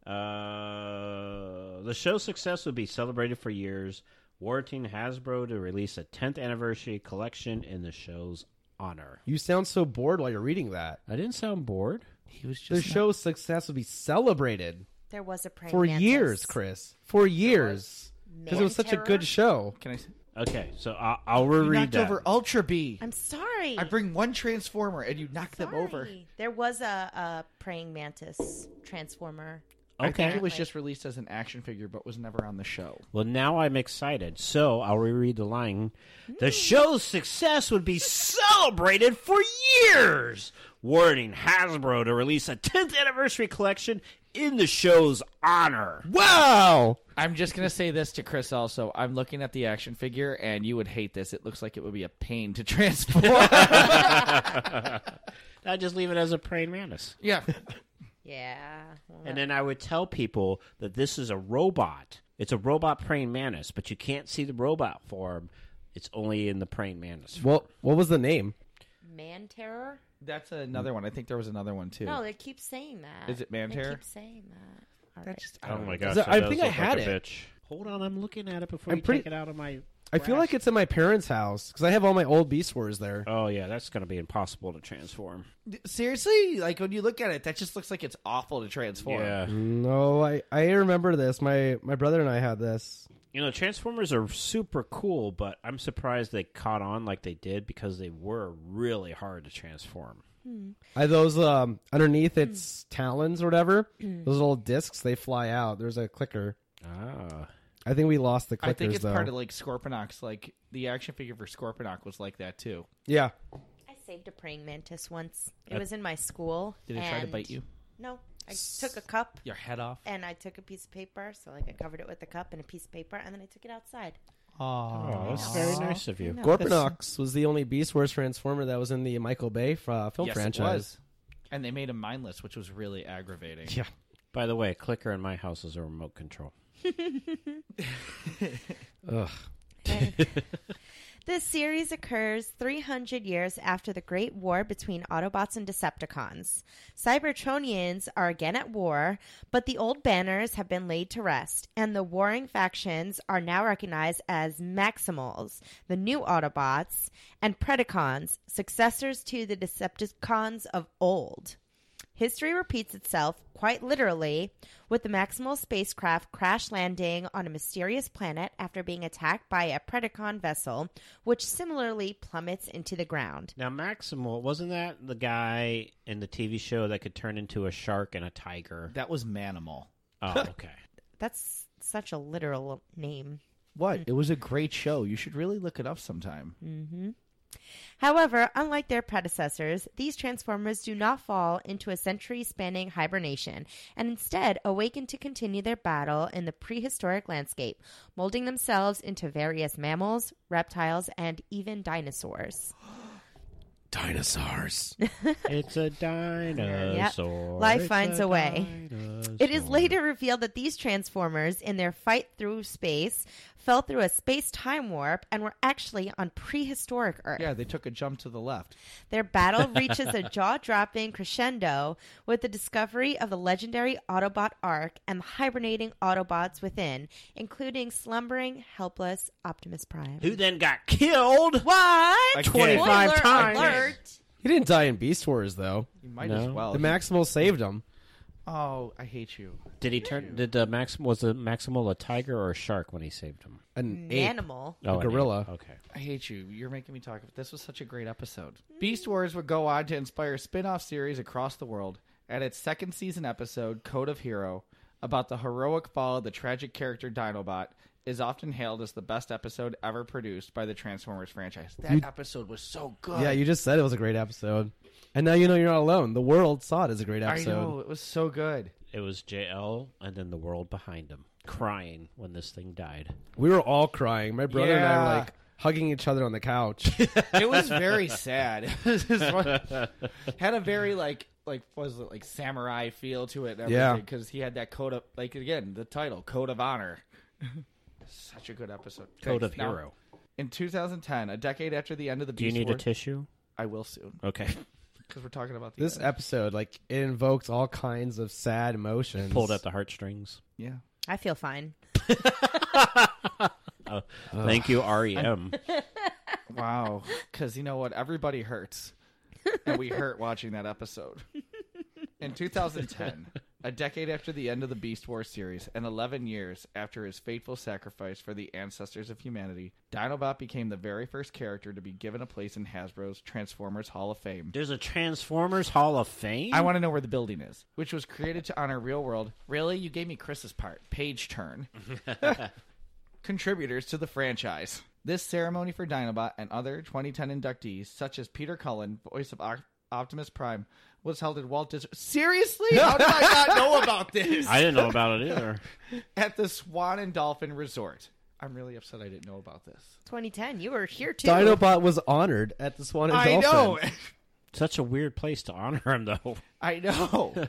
S5: Uh, the show's success would be celebrated for years, warranting Hasbro to release a 10th anniversary collection in the show's honor.
S8: You sound so bored while you're reading that.
S5: I didn't sound bored.
S6: He was
S8: The
S6: just
S8: show's success would be celebrated
S7: There was a praying
S8: for
S7: mantis.
S8: years, Chris. For years. Because it was such a good
S7: Manterror?
S8: show.
S6: Can I? s-
S5: Okay, so I'll, I'll
S6: You
S5: reread
S6: knocked
S5: that.
S6: over Ultra B. I
S7: I'm sorry.
S6: bring one Transformer and you knock them over.
S7: Sorry. There was a, a praying mantis transformer.
S6: I think
S5: okay.
S6: it was just released as an action figure, but was never on the show.
S5: Well, now I'm excited. So I'll reread the line. The show's success would be celebrated for years, warning Hasbro to release a 10th anniversary collection in the show's honor.
S8: Wow!
S6: I'm just gonna say this to Chris. Also, I'm looking at the action figure, and you would hate this. It looks like it would be a pain to transform.
S5: I just leave it as a praying mantis.
S6: yeah,
S7: Yeah. Well,
S5: And then I would tell people that this is a robot. It's a robot praying mantis, but you can't see the robot form. It's only in the praying mantis. form.
S8: Well, what was the name?
S7: man terror?
S6: that's another one. I think there was another one too.
S7: No, they keep saying that.
S6: Is it man
S7: They
S6: terror?
S7: keep saying that. All
S6: That's
S7: right.
S6: just-
S5: Oh my gosh!
S8: So,
S5: that
S8: I
S5: does
S8: think I
S5: look like
S8: had
S5: a
S8: it.
S5: Bitch. Hold on, I'm looking at it before
S8: I'm
S5: you
S8: pretty-
S5: take it out of my.
S8: I feel like it's in my parents' house because I have all my old Beast Wars there.
S5: Oh yeah, that's gonna be impossible to transform.
S6: Seriously, like when you look at it, that just looks like it's awful to transform.
S5: Yeah,
S8: No, I, I remember this. My my brother and I had this.
S5: you know Transformers are super cool, but I'm surprised they caught on like they did because they were really hard to transform.
S8: I those um underneath its talons or whatever. Those little discs they fly out. There's a clicker.
S5: Ah,
S8: I think we lost the clickers
S6: I think it's
S8: though.
S6: part of like Scorponok's. Like the action figure for Scorponok was like that too.
S8: yeah.
S7: I saved a praying mantis once. It was in my school.
S6: Did it try to
S7: and-
S6: bite you?
S7: No. I took a cup
S6: Your head off.
S7: and I took a piece of paper. So, like, I covered it with a cup and a piece of paper, and then I took it outside.
S5: oh, that's very nice of you.
S8: Gorponox was the only Beast Wars transformer that was in the Michael Bay uh, film
S6: yes,
S8: franchise.
S6: it was. And they made him mindless, which was really aggravating.
S8: Yeah.
S5: By the way, a clicker in my house is a remote control.
S8: Ugh.
S7: This series occurs 300 years after the Great War between Autobots and Decepticons. Cybertronians are again at war, but the old banners have been laid to rest, and the warring factions are now recognized as Maximals, the new Autobots, and Predacons, successors to the Decepticons of old. History repeats itself, quite literally, with the Maximal spacecraft crash landing on a mysterious planet after being attacked by a Predacon vessel, which similarly plummets into the ground.
S5: Now, Maximal, wasn't that the guy in the TV show that could turn into a shark and a tiger?
S6: That was Manimal.
S5: Oh, okay.
S7: That's such a literal name.
S6: What? It was a great show. You should really look it up sometime.
S7: Mm-hmm. However, unlike their predecessors, these Transformers do not fall into a century spanning hibernation and instead awaken to continue their battle in the prehistoric landscape, molding themselves into various mammals, reptiles, and even dinosaurs.
S8: Dinosaurs.
S5: it's a dinosaur.
S7: Life
S5: It's
S7: finds a way.
S5: dinosaur.
S7: It is later revealed that these Transformers, in their fight through space, fell through a space time warp and were actually on prehistoric Earth.
S6: Yeah, they took a jump to the left.
S7: Their battle reaches a jaw dropping crescendo with the discovery of the legendary Autobot Arc and the hibernating Autobots within, including slumbering, helpless Optimus Prime.
S5: Who then got killed?
S7: What?
S5: 25
S7: Spoiler
S5: times.
S7: alert.
S8: he didn't die in Beast Wars though.
S6: You might
S5: No.
S6: as well.
S8: The Maximal saved him.
S6: oh, I hate you.
S5: Did he turn? Did the Maxim was the Maximal a tiger or a shark when he saved him?
S8: An ape.
S7: Animal.
S5: Oh, an
S8: gorilla.
S5: ape. Okay.
S6: I hate you. You're making me talk. This was such a great episode. Beast Wars would go on to inspire spin-off series across the world. At its second season episode, Code of Hero, about the heroic fall of the tragic character Dinobot, is often hailed as the best episode ever produced by the Transformers franchise. That episode was so good.
S8: Yeah, you just said it was a great episode. And now you know you're not alone. The world saw it as a great
S6: I
S8: episode.
S6: know it was so good.
S5: It was JL and then the world behind him crying when this thing died.
S8: We were all crying. My brother and I
S6: Yeah.
S8: were like hugging each other on the couch.
S6: It was very sad. It was just one- had a very like like what was it like samurai feel to it.
S8: Yeah.
S6: because he had that code of like again the title Code of Honor. Such a good episode.
S5: Code
S6: Thanks.
S5: of
S6: Now,
S5: Hero.
S6: In 2010, a decade after the end of the
S5: Do you
S6: Beast
S5: need a
S6: Wars,
S5: tissue?
S6: I will soon
S5: Okay.
S6: because we're talking about the
S8: this
S6: end.
S8: episode, like, it invokes all kinds of sad emotions.
S5: Pulled at the heartstrings.
S6: yeah.
S7: I feel fine.
S5: Thank you, E REM.
S6: Wow, because you know what? Everybody hurts, and we hurt watching that episode. In 2010, a decade after the end of the Beast Wars series and 11 years after his fateful sacrifice for the ancestors of humanity, Dinobot became the very first character to be given a place in Hasbro's Transformers Hall of Fame.
S5: There's a Transformers Hall of Fame.
S6: I want to know where the building is, which was created to honor real world. Really? You gave me Chris's part. Page turn. Contributors to the franchise. This ceremony for Dinobot and other 2010 inductees, such as Peter Cullen, voice of Op- Optimus Prime, was held at Walt Disney. Seriously? How did I not know about this?
S5: I didn't know about it either.
S6: At the Swan and Dolphin Resort. I'm really upset I didn't know about this.
S7: 2010, you were here too.
S8: Dinobot was honored at the Swan and Dolphin.
S5: Such a weird place to honor him, though.
S6: I know. I know.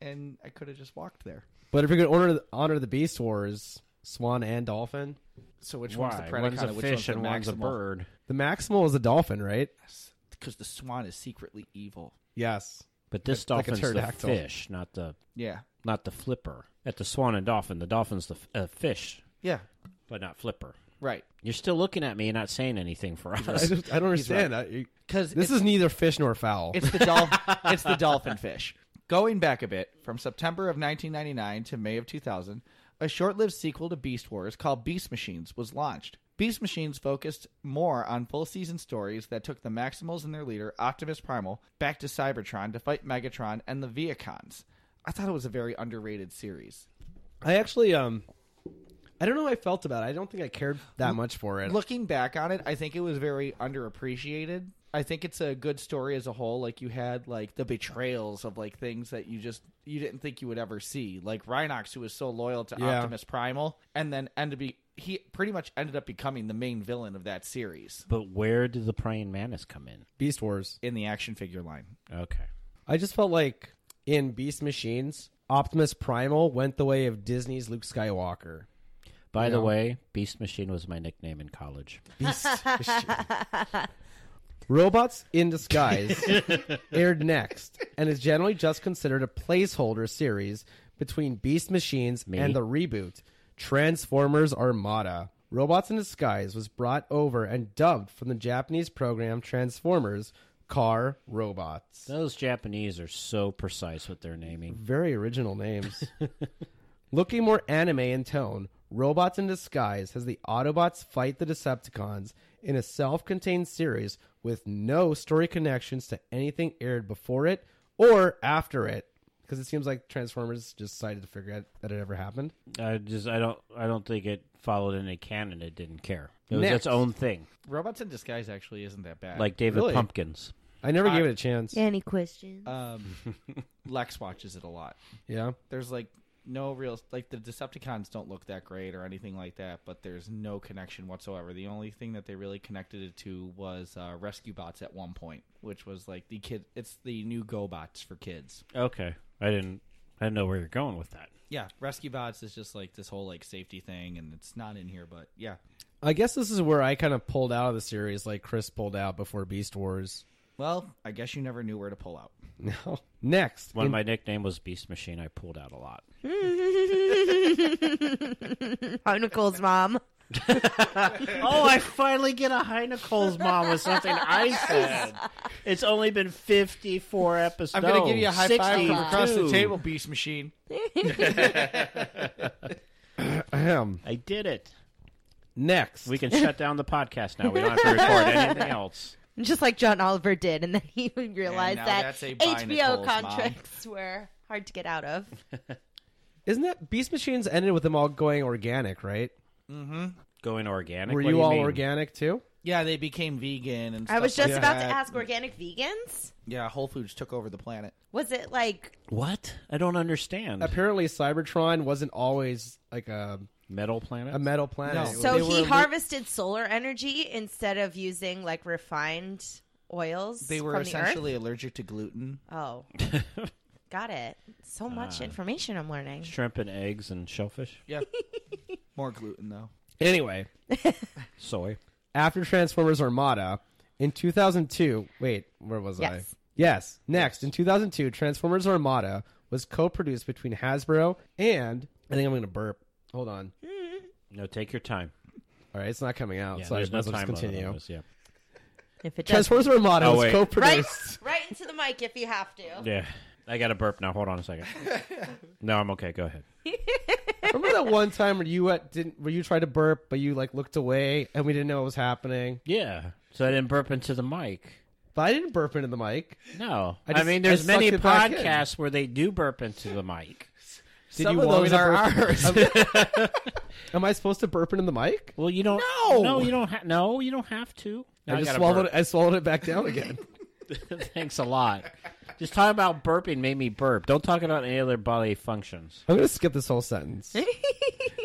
S6: and I could have just walked there.
S8: But if you're going to honor, honor the Beast Wars, Swan and Dolphin,
S6: So which one's the
S5: Why?
S6: Predacon
S5: One's a
S6: and which
S5: fish
S6: one's the
S5: and one's a
S6: Maximal?
S5: bird.
S8: the Maximal is a dolphin, right?
S6: because the swan is secretly evil.
S8: Yes.
S5: But this
S8: Like a
S5: dolphin's the
S8: pterodactyl.
S5: fish, not the
S6: Yeah.
S5: not the flipper. At the swan and dolphin, the dolphin's the f- uh, fish,
S6: Yeah.
S5: but not flipper.
S6: Right.
S5: You're still looking at me and not saying anything for us.
S8: I, just, I don't understand. I-
S6: Because
S8: this is neither fish nor fowl.
S6: it's the dolphin. it's the dolphin fish. Going back a bit, from September of 1999 to May of 2000, a short-lived sequel to Beast Wars called Beast Machines was launched. Beast Machines focused more on full-season stories that took the Maximals and their leader Optimus Primal back to Cybertron to fight Megatron and the Viacons. I thought it was a very underrated series.
S8: I actually, um, I don't know how I felt about it. I don't think I cared that much for it.
S6: looking back on it, I think it was very underappreciated. I think it's a good story as a whole. Like you had like the betrayals of like things that you just you didn't think you would ever see. Like Rhinox, who was so loyal to
S8: Yeah.
S6: Optimus Primal, and then ended be he pretty much ended up becoming the main villain of that series
S5: but where did the praying mantis come in?
S8: Beast Wars.
S6: in the action figure line.
S5: Okay.
S8: I just felt like in Beast Machines, Optimus Primal went the way of Disney's Luke Skywalker.
S5: By the way, Beast Machine was my nickname in college.
S8: Robots in Disguise aired next and is generally just considered a placeholder series between Beast Machines and the reboot Transformers Armada. Robots in Disguise was brought over and dubbed from the Japanese program Transformers Car Robots.
S5: Those Japanese are so precise with their naming.
S8: Very original names. Looking more anime in tone, Robots in Disguise has the Autobots fight the Decepticons in a self contained series with no story connections to anything aired before it or after it. Because it seems like Transformers just decided to figure out that it ever happened.
S5: I just I don't I don't think it followed any canon. It didn't care. It was
S8: Next.
S5: its own thing,
S6: Robots in Disguise actually isn't that bad.
S5: like David
S8: Really?
S5: Pumpkins.
S8: I never gave it a chance. Yeah.
S7: Any questions?
S6: um, Lex watches it a lot. There's like no real like the Decepticons don't look that great or anything like that, but there's no connection whatsoever. The only thing that they really connected it to was uh, Rescue Bots at one point, which was like the kid. It's the new GoBots for kids.
S5: Okay, I didn't I didn't know where you're going with that.
S6: Yeah, Rescue Bots is just like this whole like safety thing, and it's not in here, but yeah.
S8: I guess this is where I kind of pulled out of the series, like Chris pulled out before Beast Wars.
S6: Well, I guess you never knew where to pull out.
S8: No. Next.
S5: One
S8: in-
S5: of my nickname was Beast Machine. I pulled out a lot.
S7: Oh, Nicole's mom.
S5: Oh, I finally get a Heinecole's mom with something I said. It's only been 54 episodes.
S6: I'm gonna give you a high five from across the
S5: 62.
S6: table, Beast Machine.
S8: Ahem.
S5: I did it.
S8: Next.
S5: We can shut down the podcast now. We don't have to record anything else.
S7: Just like John Oliver did, and then he realized
S6: now
S7: that
S6: that's a buy
S7: HBO
S6: Nicole's mom.
S7: contracts were hard to get out of.
S8: Isn't that Beast Machines ended with them all going organic, right?
S5: Going organic.
S8: Were
S5: What do
S8: you all
S5: mean?
S8: organic too?
S6: Yeah, they became vegan and.
S7: I was
S6: stuff
S7: just
S6: like
S7: about to
S6: that.
S7: ask organic vegans?
S6: Yeah, Whole Foods took over the planet.
S7: Was it like
S5: What? I don't understand.
S8: Apparently, Cybertron wasn't always like a
S5: Metal planet.
S8: a metal planet.
S6: No.
S8: It was-
S7: so
S6: they were
S7: he
S6: lit-
S7: harvested solar energy instead of using like refined oils?
S6: They were
S7: from
S6: essentially allergic to gluten.
S7: the earth? Oh. Got it. So
S6: Uh,
S7: much information I'm learning.
S5: Shrimp and eggs and shellfish.
S6: Yeah. More gluten though.
S8: anyway,
S5: Soy.
S8: after Transformers Armada in 2002, wait, where was I?
S7: Yes.
S8: Yes. Next, in 2002, Transformers Armada was co-produced between Hasbro and I think I'm going to burp. Hold on.
S5: No, take your time.
S8: All right, it's not coming out,
S5: Yeah,
S8: so I
S5: there's
S8: might
S5: no
S8: as well
S5: time
S8: just
S5: limit on
S8: continue.
S5: this, Yeah.
S7: If it does
S8: Transformers Armada
S5: Oh,
S8: was
S5: wait.
S7: right,
S8: co-produced.
S7: right into the mic if you have to.
S5: Yeah. I got a burp now. Hold on a second. no, I'm okay. Go ahead.
S8: Remember that one time where you uh, didn't, where you tried to burp, but you like looked away, and we didn't know what was happening.
S5: Yeah. So I didn't burp into the mic.
S8: But I didn't burp into the mic.
S5: No.
S8: I
S5: I,
S8: just-
S5: mean,
S8: I
S5: there's
S8: sucked
S5: many
S8: it back in.
S5: podcasts where they do burp into the mic.
S8: Did
S6: Some
S8: you
S6: of
S8: want me
S6: those
S8: to
S6: are
S8: burp- Am I supposed to burp into the mic?
S5: Well, you don't.
S8: No!
S5: No, you don't. Ha- no, you don't have to. Now
S8: I just
S5: gotta
S8: swallowed.
S5: burp.
S8: It, I swallowed it back down again.
S5: Thanks a lot. Just talking about burping made me burp. Don't talk about any other bodily functions.
S8: I'm going to skip this whole sentence.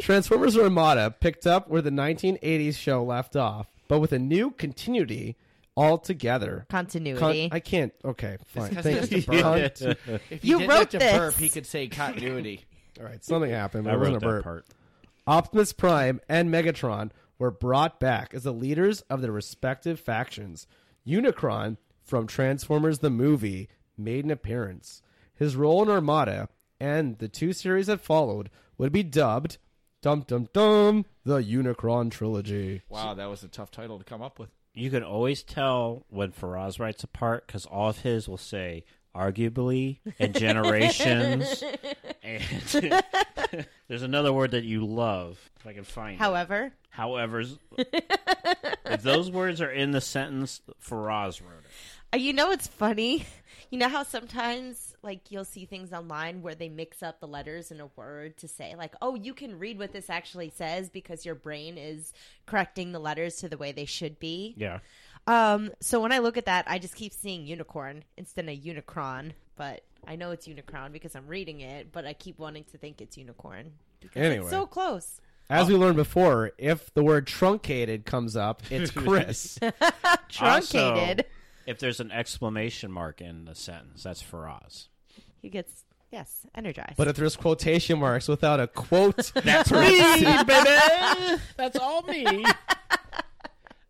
S8: Transformers Armada picked up where the 1980s show left off, but with a new continuity altogether. Con-
S7: Continuity.
S8: I can't. Okay, fine.
S6: has
S8: Thank
S6: to
S8: you.
S6: be burped.
S8: Con-
S6: If
S7: You
S6: didn't
S7: wrote
S6: have to
S7: this.
S6: burp, he could say continuity.
S8: All right, something happened. But
S5: I
S8: it
S5: wrote
S8: wasn't
S5: that
S8: a burp.
S5: part.
S8: Optimus Prime and Megatron were brought back as the leaders of their respective factions. Unicron from Transformers the movie made an appearance. His role in Armada and the two series that followed would be dubbed Dum Dum Dum the Unicron Trilogy.
S6: Wow, that was a tough title to come up with.
S5: You can always tell when Faraz writes a part because all of his will say arguably and generations. and there's another word that you love if I can find. it.
S7: However,
S5: However, if those words are in the sentence, Faraz wrote it.
S7: Uh, You know what's funny? You know how sometimes like you'll see things online where they mix up the letters in a word to say like, "Oh, you can read what this actually says because your brain is correcting the letters to the way they should be."
S5: Yeah.
S7: Um, so when I look at that, I just keep seeing unicorn instead of unicron, but I know it's unicron because I'm reading it, but I keep wanting to think it's unicorn.
S8: Anyway,
S7: So close.
S8: as we learned before, if the word truncated comes up, it's Chris.
S7: Truncated.
S5: Also, if there's an exclamation mark in the sentence, that's Faraz.
S7: he gets Yes, energized.
S8: But if there's quotation marks without a quote,
S5: That's me, baby. That's all me.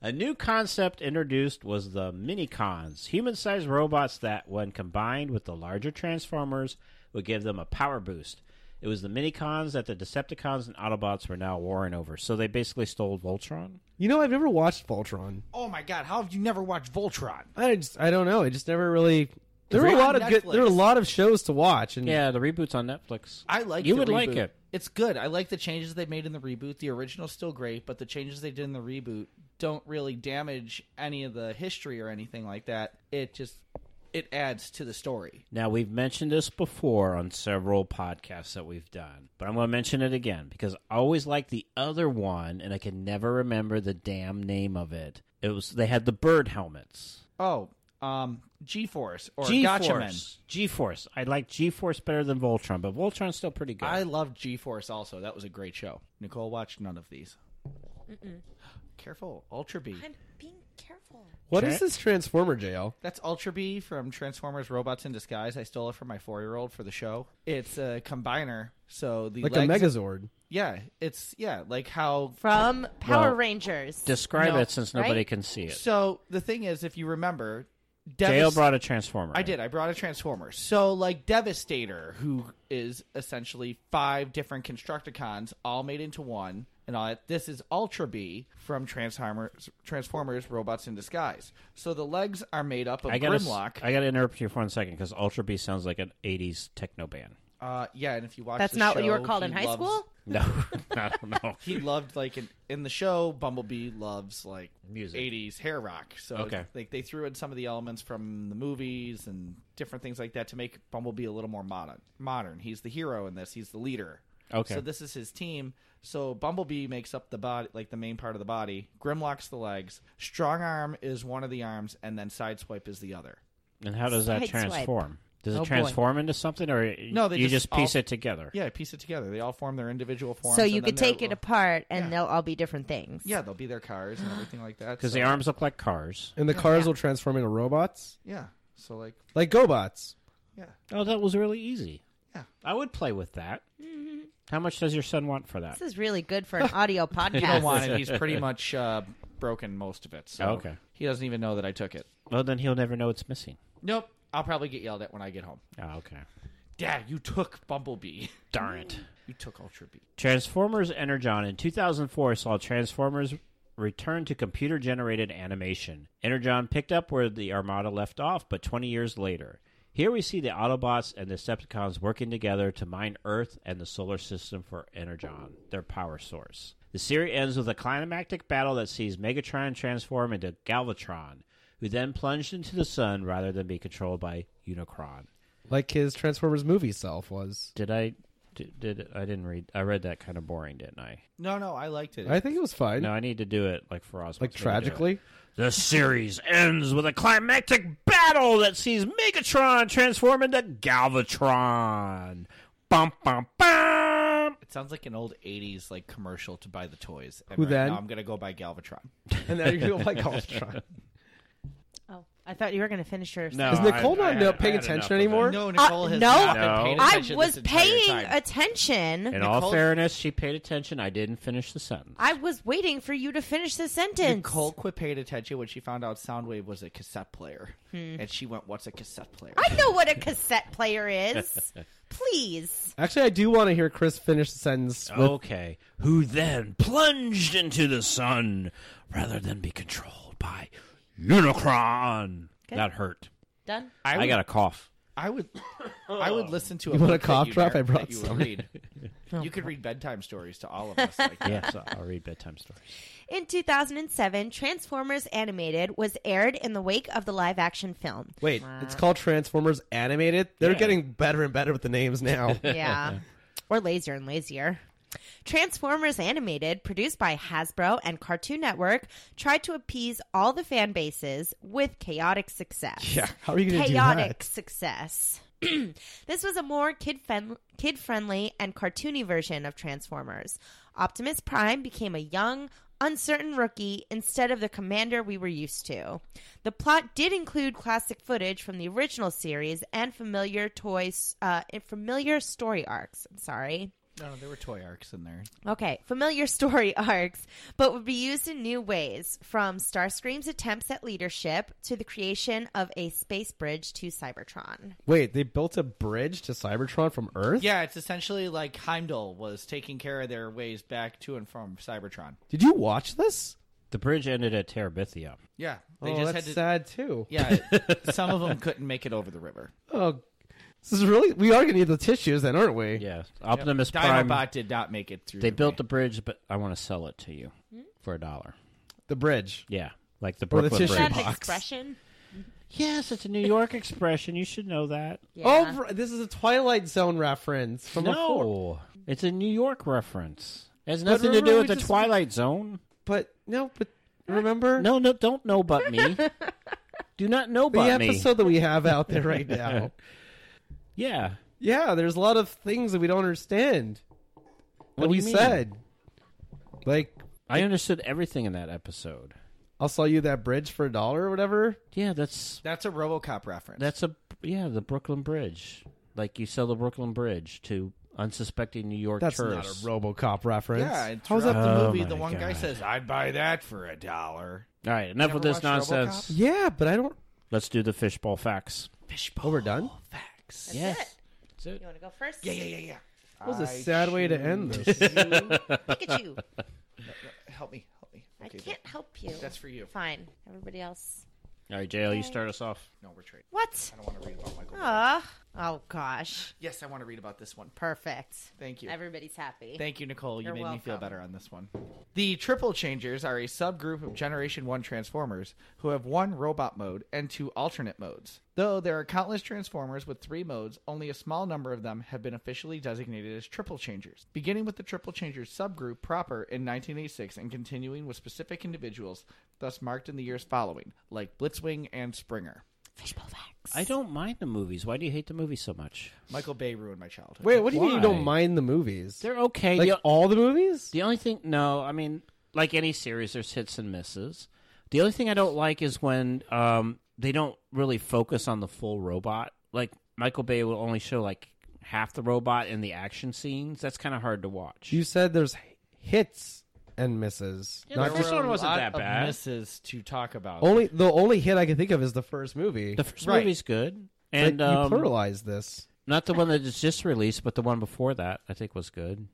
S5: A new concept introduced was the Minicons, human-sized robots that, when combined with the larger Transformers, would give them a power boost. It was the Minicons that the Decepticons and Autobots were now warring over. So they basically stole Voltron.
S8: you know, I've never watched Voltron.
S6: Oh my god, how have you never watched Voltron?
S8: I just, I don't know. It just never really. There were a
S6: It's
S8: lot of
S6: on
S8: good. There were a
S6: Netflix.
S8: lot of shows to watch, and
S5: Yeah, the reboot's on Netflix.
S6: I like
S5: You
S6: the
S5: would like
S6: reboot.
S5: it.
S6: It's good. I like the changes they made in the reboot. The original's still great, but the changes they did in the reboot don't really damage any of the history or anything like that. It just it adds to the story.
S5: Now, we've mentioned this before on several podcasts that we've done, but I'm going to mention it again because I always liked the other one and I can never remember the damn name of it. It was they had the bird helmets.
S6: Oh, um G-Force or Gotchaman.
S5: G-force. G-force. I like G-force better than Voltron, but Voltron's still pretty good.
S6: I love G-Force also. That was a great show. Nicole watched none of these. Careful, Ultra B.
S7: I'm being careful.
S8: what is
S5: Tran-
S8: this Transformer jail?
S6: That's Ultra B from Transformers Robots in Disguise. I stole it from my four year old for the show. It's a combiner. So the
S8: Like
S6: legs,
S8: a Megazord.
S6: Yeah, it's yeah, like how
S7: From Power
S5: Well,
S7: Rangers.
S5: Describe
S6: No,
S5: it since nobody
S7: right?
S5: can see it.
S6: So the thing is, if you remember,
S5: Dale
S6: Devas-
S5: brought a transformer.
S6: I did. I brought a Transformer. So like Devastator, who is essentially five different Constructicons all made into one, and all that. This is Ultra B from Transformers, Transformers Robots in Disguise. So the legs are made up of
S5: I gotta, s-
S6: Grimlock.
S5: I gotta interrupt you for one second because Ultra B sounds like an '80s techno band.
S6: uh, yeah, and if you watch,
S7: That's
S6: the
S7: not what you were
S6: show,
S7: called
S6: he
S7: in high
S6: loves-
S7: school?
S5: No, I don't know.
S6: he loved like in, in the show Bumblebee loves like
S5: Music.
S6: 80s hair rock. So
S5: Okay.
S6: like they threw in some of the elements from the movies and different things like that to make Bumblebee a little more modern. Modern. He's the hero in this. He's the leader.
S5: Okay.
S6: So this is his team. So Bumblebee makes up the body like the main part of the body. Grimlock's the legs. Strong Arm is one of the arms and then Sideswipe is the other.
S5: And how does that
S7: Sideswipe.
S5: transform? Does it
S6: Oh, boy.
S5: transform into something, or
S6: No, they
S5: you
S6: just
S5: just, piece
S6: all-
S5: it together?
S6: Yeah, piece it together. They all form their individual forms.
S7: So you
S6: and
S7: could
S6: then they're-
S7: take it apart and
S6: Yeah.
S7: they'll all be different things.
S6: Yeah, they'll be their cars and everything like that.
S5: Because
S6: so-
S5: the arms look like cars.
S8: And the cars will transform into robots,
S6: Yeah. So like
S8: like GoBots.
S6: yeah.
S5: Oh, that was really easy.
S6: Yeah. Mm-hmm.
S5: I would play with that. How much does your son want for that?
S7: This is really good for an audio podcast.
S6: He don't want it. He's pretty much uh, broken most of it. So
S5: Oh, okay.
S6: He doesn't even know that I took it.
S5: Well, then he'll never know it's missing.
S6: Nope. I'll probably get yelled at when I get home.
S5: Oh, okay.
S6: Dad, you took Bumblebee.
S5: Darn it.
S6: You took Ultra Bee.
S5: Transformers Energon in 2004 saw Transformers return to computer generated animation. Energon picked up where the Armada left off, but 20 years later. Here we see the Autobots and the Decepticons working together to mine Earth and the solar system for Energon, their power source. The series ends with a climactic battle that sees Megatron transform into Galvatron, who then plunged into the sun rather than be controlled by Unicron.
S8: Like his Transformers movie self was.
S5: Did I? Did, did I didn't read? I read that kind of boring, didn't I?
S6: No, no, I liked it.
S8: I think it was fine.
S5: No, I need to do it like for Oswald. Let's
S8: like
S5: make me do
S8: tragically.
S5: it. The series ends with a climactic battle that sees Megatron transform into Galvatron. Bum bum bum.
S6: it sounds like an old '80s like commercial to buy the toys. And
S8: Who
S6: right
S8: then?
S6: Now I'm gonna go buy Galvatron.
S8: and now you're going like Ultron.
S7: Oh, I thought you were going to finish your.
S5: No,
S8: Is Nicole
S5: I-
S8: not
S5: I-
S8: no-
S5: I
S8: paying
S5: had
S8: attention
S5: enough of
S8: anymore?
S5: it.
S6: No,
S7: Nicole Uh,
S6: Nicole has
S7: has no. not
S6: not
S5: been No. paying
S6: been paying
S7: I
S6: attention.
S7: was paying
S6: attention.
S7: attention.
S5: In all
S6: Nicole-
S5: fairness, she paid attention. I didn't finish the sentence.
S7: I was waiting for you to finish the sentence.
S6: Nicole quit paying attention when she found out Soundwave was a cassette player, and she went, "What's a cassette player?"
S7: Hmm. I know what a cassette player is. Please.
S8: Actually, I do want to hear Chris finish the sentence. With,
S5: Okay. Who then plunged into the sun rather than be controlled by Unicron? That hurt.
S7: Done.
S5: I, got a cough.
S6: I would, I would listen to. A
S8: You want a
S6: book that
S8: cough
S6: you
S8: drop?
S6: nar-
S8: I brought
S6: that you
S8: some.
S6: would read. Oh, you could read bedtime stories to all of us. Like that.
S5: Yeah, so I'll read bedtime stories.
S7: In 2007, Transformers Animated was aired in the wake of the live action film.
S8: Wait, it's called Transformers Animated. They're
S5: Yeah.
S8: getting better and better with the names now.
S7: Yeah. or lazier and lazier. Transformers Animated, produced by Hasbro and Cartoon Network, tried to appease all the fan bases with chaotic success.
S8: yeah, how are you going to do
S7: chaotic
S8: that?
S7: success. this was a more kid fen- kid friendly and cartoony version of Transformers. Optimus Prime became a young, uncertain rookie instead of the commander we were used to. The plot did include classic footage from the original series and familiar toys, uh, and familiar story arcs. I'm sorry.
S6: No, there were toy arcs in there.
S7: Okay, familiar story arcs, but would be used in new ways, from Starscream's attempts at leadership to the creation of a space bridge to Cybertron.
S8: Wait, they built a bridge to Cybertron from Earth?
S6: Yeah, it's essentially like Heimdall was taking care of their ways back to and from Cybertron.
S8: Did you watch this?
S5: The bridge ended at Terabithia.
S6: Yeah,
S8: oh, that's sad too.
S6: Yeah, some of them couldn't make it over the river.
S8: Oh, this is really. We are gonna need the tissues then, aren't we?
S5: Yeah, Optimus
S6: Dinobot
S5: Prime.
S6: did not make it through.
S5: They
S6: the
S5: built the
S6: river.
S5: bridge, but I want to sell it to you for a dollar.
S8: The bridge.
S5: Yeah, like the
S8: Or the
S5: Brooklyn
S8: tissue
S5: Bridge.
S8: box. Box.
S5: Yes, it's a New York expression. You should know that.
S8: Oh, br- this is a Twilight Zone reference from before.
S5: No, it's a New York reference. It has
S8: But
S5: nothing to
S8: remember
S5: do
S8: we
S5: with the
S8: just-
S5: Twilight Zone.
S8: But no, but remember
S5: No, no, don't know but me. do not know
S8: the
S5: but
S8: episode that we have out there right now.
S5: me. Yeah.
S8: yeah, there's a lot of things that we don't understand that
S5: What do
S8: we
S5: you mean?
S8: said. Like,
S5: I understood everything in that episode.
S8: I'll sell you that bridge for a dollar or whatever.
S5: Yeah, that's
S6: That's a RoboCop reference.
S5: that's a yeah the Brooklyn Bridge. Like you sell the Brooklyn Bridge to unsuspecting New York
S8: That's
S5: tourists.
S8: not a RoboCop reference.
S6: yeah. And
S8: How's that?
S6: throughout
S5: Oh
S6: the movie?
S5: my
S6: The one guy
S5: God.
S6: says, "I'd buy that for a dollar."
S5: All right, enough of
S6: Never
S5: this
S6: watched
S5: nonsense.
S6: RoboCop?
S8: Yeah, but I don't.
S5: Let's do the fishbowl facts.
S8: Oh, we're done.
S6: Facts.
S5: yes,
S7: it.
S5: that's it.
S7: You want to go first?
S6: Yeah, yeah, yeah, yeah.
S8: That was a sad way to end this.
S7: Pikachu.
S6: Help me, help me.
S7: I
S6: Okay,
S7: can't help you.
S6: that's for you.
S7: Fine. Everybody else.
S5: All right, JL, you start us off.
S6: No, we're trading.
S7: What?
S6: I don't want to read about Michael.
S7: Aw. Oh, gosh.
S6: Yes, I want to read about this one.
S7: Perfect.
S6: Thank you.
S7: Everybody's happy.
S6: Thank you, Nicole. You
S7: You're
S6: made me feel
S7: welcome.
S6: better on this one. The Triple Changers are a subgroup of Generation 1 Transformers who have one robot mode and two alternate modes. Though there are countless Transformers with three modes, only a small number of them have been officially designated as Triple Changers, beginning with the Triple Changers subgroup proper in 1986 and continuing with specific individuals thus marked in the years following, like Blitzwing and Springer.
S7: Fishbowl facts.
S5: I don't mind the movies. Why do you hate the movies so much?
S6: Michael Bay ruined my childhood.
S8: Wait, what do you mean you don't
S5: Why?
S8: mind the movies?
S5: They're okay.
S8: like
S5: The-
S8: all the movies?
S5: The only thing, no, I mean, like any series, there's hits and misses. The only thing I don't like is when um, they don't really focus on the full robot. Like Michael Bay will only show like half the robot in the action scenes. That's kind of hard to watch.
S8: You said there's hits and misses.
S5: Yeah, the
S8: Not-
S5: first
S6: There were
S5: one
S6: a
S5: wasn't
S6: lot
S5: that
S6: of
S5: bad.
S6: misses to talk about.
S8: only the only hit I can think of is the first movie.
S5: the first
S6: Right.
S5: movie's good,
S8: Like,
S5: and um,
S8: you pluralize this.
S5: not the one that is just released, but the one before that I think was good.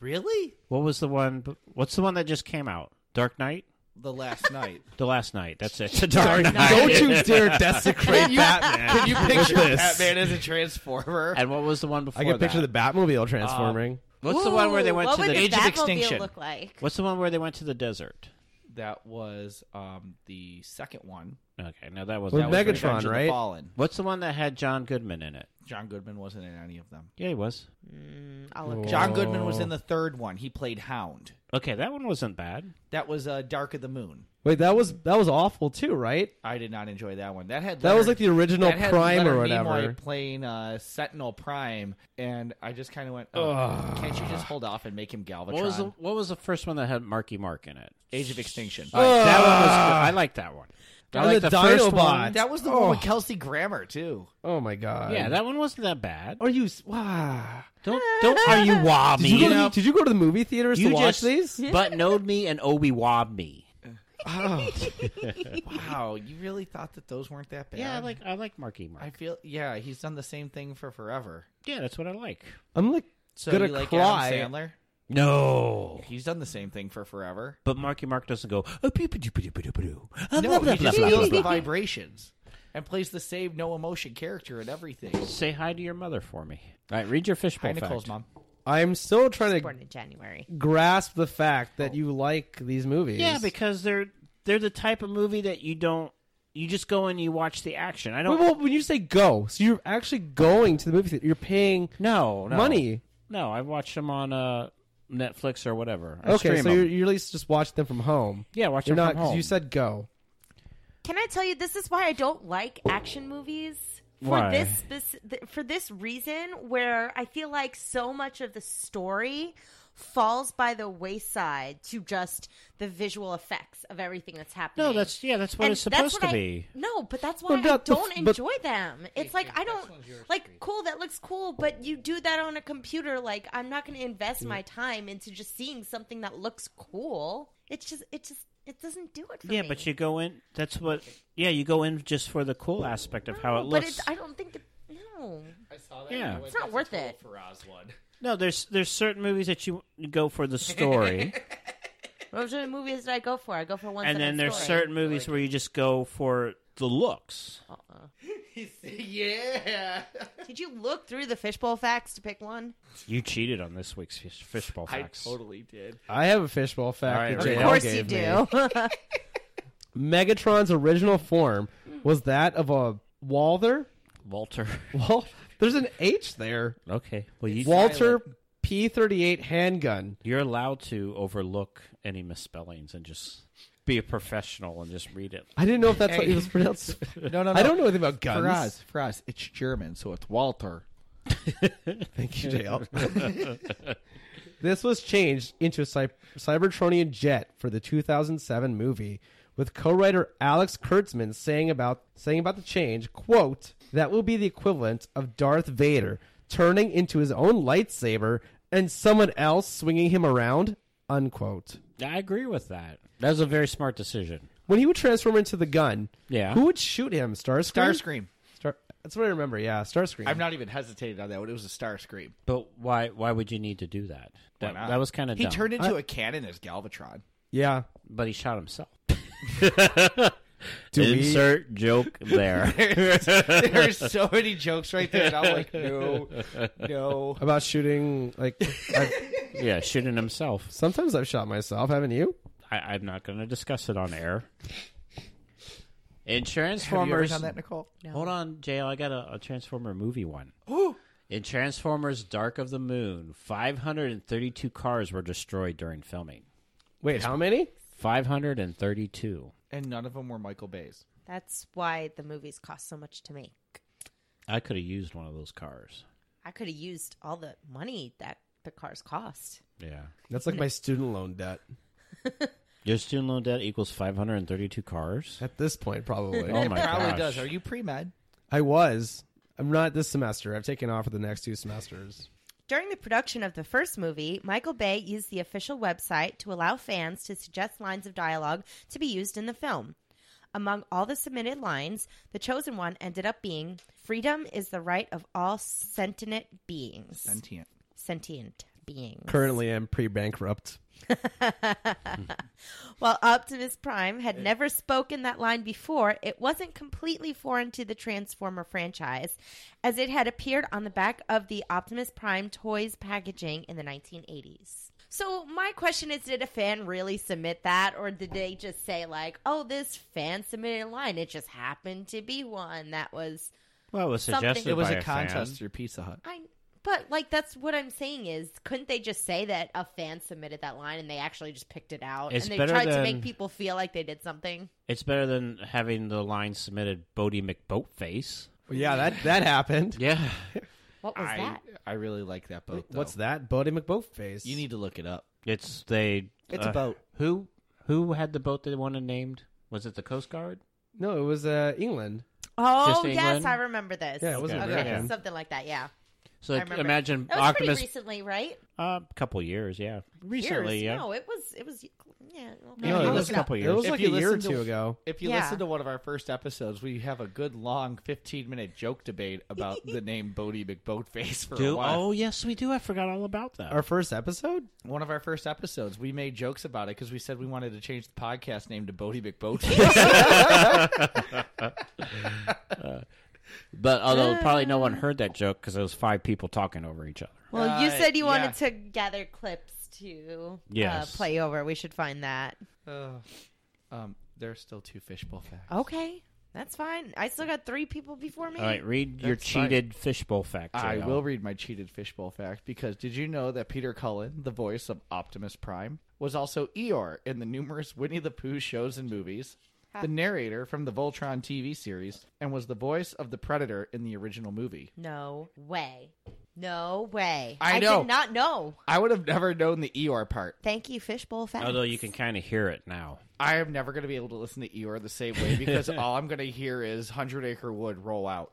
S6: Really?
S5: What was the one? b- What's the one that just came out? Dark Knight.
S6: The last night.
S5: The last night. That's it. The Dark Knight.
S8: Don't you dare desecrate Batman.
S6: Can you picture
S8: this.
S6: Batman as a transformer?
S5: And what was the one before?
S8: I can picture
S5: that?
S8: the Batmobile transforming.
S5: What's the one where they went
S7: what
S5: to
S7: would
S5: the
S7: the
S6: Age of
S7: Batmobile
S6: Extinction.
S7: look like?
S5: What's the one where they went to the desert?
S6: That was um, the second one.
S5: Okay, now that was that
S8: With
S5: was
S8: Megatron,
S5: great.
S6: Revenge of the
S8: right?
S6: Fallen.
S5: What's the one that had John Goodman in it?
S6: John Goodman wasn't in any of them.
S5: Yeah, he was.
S7: I'll Oh, look it up.
S6: John Goodman was in the third one. He played Hound.
S5: Okay, that one wasn't bad.
S6: That was uh, Dark of the Moon.
S8: Wait, that was that was awful too, right?
S6: I did not enjoy that one. That had
S8: That was
S6: Leonard-
S8: like the original
S6: that had
S8: Prime or
S6: Leonard Nimoy
S8: whatever.
S6: playing uh, Sentinel Prime, and I just kind of went, oh, "Can't you just hold off and make him Galvatron?"
S5: What was the What was the first one that had Marky Mark in it?
S6: Age of Extinction.
S5: All right, that one was good. I like that one. I
S8: Ah. And
S5: like
S8: the
S5: the, first
S8: Dinobot.
S5: one.
S6: that was the one
S5: oh.
S6: with Kelsey Grammer too.
S8: Oh my god!
S5: Yeah, that one wasn't that bad.
S8: Are you? s- Wow.
S5: Don't don't are you wob
S8: Did
S5: me?
S8: you, go to,
S5: know?
S8: the- did you go to the movie theaters
S5: You
S8: to watch
S5: just
S8: these? Oh.
S5: but knowed me and Obi wob me.
S6: Wow, you really thought that those weren't that bad?
S5: Yeah, I like I like Marky Mark.
S6: I feel yeah, he's done the same thing for forever.
S5: yeah, that's what I like.
S8: I'm like
S6: So
S8: gonna
S6: you like
S8: cry.
S6: Adam Sandler?
S5: No,
S6: He's done the same thing for forever.
S5: but Marky Mark doesn't go. "Oh, pew, pew, pew, pew, pew, pew." Uh,
S6: No,
S5: blah, blah,
S6: he just
S5: blah, blah,
S6: feels the
S5: blah.
S6: vibrations and plays the same no emotion character and everything.
S5: Say hi to your mother for me. All right, read your fishbowl
S6: Hi, Nicole's
S5: fact.
S6: mom.
S8: I'm still trying
S7: Born
S8: to
S7: in January.
S8: grasp the fact that you like these movies.
S5: Yeah, because they're they're the type of movie that you don't you just go and you watch the action. I
S8: Wait,
S5: don't
S8: well, when you say go, so you're actually going to the movie theater. You're paying.
S5: no, no
S8: Money.
S5: No, I watch them on uh, Netflix or whatever. I
S8: okay,
S5: stream
S8: so
S5: 'em.
S8: you're, you're at least just watching them from home.
S5: yeah, watch
S8: you're
S5: them
S8: not
S5: from home.
S8: you said go.
S7: Can I tell you this is why I don't like action movies? For
S5: Why?
S7: this spec- th- for this reason where I feel like so much of the story falls by the wayside to just the visual effects of everything that's happening.
S10: No, that's yeah, that's what
S7: And
S10: it's
S7: that's
S10: supposed
S7: what
S10: to
S7: I-
S10: be.
S7: No, but that's why
S8: Well,
S7: I
S8: not the
S7: don't
S8: f- but-
S7: enjoy them. It's like I don't like cool. That looks cool, but you do that on a computer. Like I'm not going to invest
S10: Mm.
S7: my time into just seeing something that looks cool. It's just it just it doesn't do it for
S10: Yeah,
S7: me.
S10: but you go in. That's what. Yeah, you go in just for the cool aspect of how
S7: No,
S10: it looks.
S7: But it's, I don't think it, no.
S5: I saw that.
S10: Yeah.
S5: and I went,
S10: It's
S7: not
S5: "That's a
S7: worth
S5: total
S7: it."
S5: Faraz one.
S10: No, there's there's certain movies that you you go for the story,
S7: Those are the movies that I go for. I go for one.
S10: and then there's certain movies where you just go for the looks.
S5: He said, yeah.
S7: Did you look through the fishbowl facts to pick one?
S10: You cheated on this week's fish, fishbowl
S5: I
S10: facts.
S5: totally did.
S8: I have a fishbowl fact.
S10: All right,
S8: that JL
S10: Of
S7: Of course
S8: gave
S7: you
S8: me.
S7: do.
S8: Megatron's original form was that of a Walther.
S10: Walter.
S8: Well, there's an H there.
S10: Okay. Well, you
S8: Walter P38 handgun.
S10: you're allowed to overlook any misspellings and just be a professional and just read it.
S8: I didn't know if that's what it was pronounced.
S6: No, no, no.
S8: I don't know anything about guns.
S6: Faraz, Faraz, it's German, so it's Walter.
S8: Thank you, JL. this was changed into a Cy- Cybertronian jet for the 2007 movie, with co-writer Alex Kurtzman saying about saying about the change, "quote That will be the equivalent of Darth Vader turning into his own lightsaber and someone else swinging him around." Unquote.
S10: I agree with that. That was a very smart decision.
S8: When he would transform into the gun,
S10: Yeah.
S8: who would shoot him? Starscream.
S6: Starscream.
S8: Star- that's what I remember. Yeah, Starscream.
S6: I've not even hesitated on that one. It was a Starscream.
S10: But why why would you need to do that? That, that was kind of
S6: He
S10: dumb.
S6: turned into a cannon as Galvatron.
S8: yeah.
S10: but he shot himself.
S8: Do we-
S10: Insert joke there.
S6: There's so many jokes right there, and I'm like, no, no.
S8: About shooting, like I've,
S10: yeah, shooting himself.
S8: sometimes I've shot myself. Haven't you?
S10: I, I'm not going to discuss it on air. In
S6: Have you ever
S10: Transformers,
S6: done that, Nicole?
S10: hold on, JL. I got a, a Transformer movie one. In Transformers: Dark of the Moon, 532 cars were destroyed during filming.
S8: Wait, how many?
S10: 532.
S6: And none of them were Michael Bay's.
S7: That's why the movies cost so much to make.
S10: I could have used one of those cars.
S7: I could have used all the money that the cars cost.
S10: Yeah.
S8: That's like my student loan debt
S10: Your student loan debt equals 532 cars.
S8: at this point, probably.
S10: Oh my
S6: Probably
S10: gosh.
S6: does. Are you pre med?
S8: I was. I'm not this semester. I've taken off for the next two semesters.
S7: During the production of the first movie, Michael Bay used the official website to allow fans to suggest lines of dialogue to be used in the film. Among all the submitted lines, the chosen one ended up being Freedom is the right of all sentient beings.
S6: Sentient.
S7: sentient beings.
S8: Currently, I'm pre-bankrupt.
S7: While Optimus Prime had never spoken that line before, it wasn't completely foreign to the Transformer franchise, as it had appeared on the back of the Optimus Prime toys packaging in the 1980s. So, my question is did a fan really submit that, or did they just say, like, oh, this fan submitted a line? It just happened to be one that was.
S10: Well, it was
S7: Something-
S10: suggested
S7: It
S6: It was
S10: by
S6: a
S10: fan.
S6: contest through Pizza Hut.
S7: I. But like that's what I'm saying is, couldn't they just say that a fan submitted that line and they actually just picked it out
S10: It's
S7: and they
S10: better
S7: tried to
S10: than-
S7: make people feel like they did something?
S10: It's better than having the line submitted Bodie McBoatface.
S8: Well, yeah, that that happened.
S10: Yeah.
S7: What was
S6: I,
S7: that?
S6: I really like that boat. Though.
S8: What's that, Bodie McBoatface?
S6: You need to look it up.
S10: It's they uh,
S6: It's a boat.
S10: Who who had the boat they wanted named? Was it the Coast Guard?
S8: no. It was uh, England.
S7: Oh
S10: Just
S7: yes,
S10: England?
S7: I remember this.
S8: Yeah, it wasn't
S7: okay,
S8: Britain.
S7: something like that. Yeah,
S10: So
S7: I
S10: like,
S7: remember.
S10: imagine
S7: that was
S10: Optimus.
S7: pretty recently, right?
S10: uh, a couple years, yeah. Recently,
S7: Years.
S10: yeah.
S7: No, it was. It was. Yeah. well,
S8: No,
S7: I'll
S8: it
S7: look
S8: was
S10: a
S7: it up.
S10: couple
S8: It
S10: years.
S8: was
S6: If
S8: like a
S6: you
S8: year or
S6: listen to-
S8: two ago.
S6: If you
S7: Yeah.
S6: listen to one of our first episodes, we have a good long 15 minute joke debate about the name Bodie McBoatface for a
S10: Do,
S6: while.
S10: oh yes, we do. I forgot all about that.
S8: Our first episode.
S6: One of our first episodes, we made jokes about it because we said we wanted to change the podcast name to Bodie McBoatface.
S10: but although probably no one
S7: Ah.
S10: heard that joke because it was five people talking over each other.
S7: Well, you
S6: Uh,
S7: said you wanted
S6: yeah.
S7: to gather clips to
S10: Yes.
S7: uh, play over. We should find that.
S6: Ugh. um, there's still two fishbowl facts.
S7: Okay, that's fine. I still got three people before me.
S10: All right, read your
S6: That's fine.
S10: cheated fishbowl fact.
S6: I
S10: JL.
S6: will read my cheated fishbowl fact because did you know that Peter Cullen, the voice of Optimus Prime, was also Eeyore in the numerous Winnie the Pooh shows and movies, the narrator from the Voltron TV series, and was the voice of the Predator in the original movie?
S7: No way. No way.
S6: I know.
S7: did not know.
S6: I would have never known the Eeyore part.
S7: Thank you, Fishbowl Facts.
S5: Although you can kind of hear it now.
S6: I am never going to be able to listen to Eeyore the same way because all I'm going to hear is Hundred Acre Wood roll out.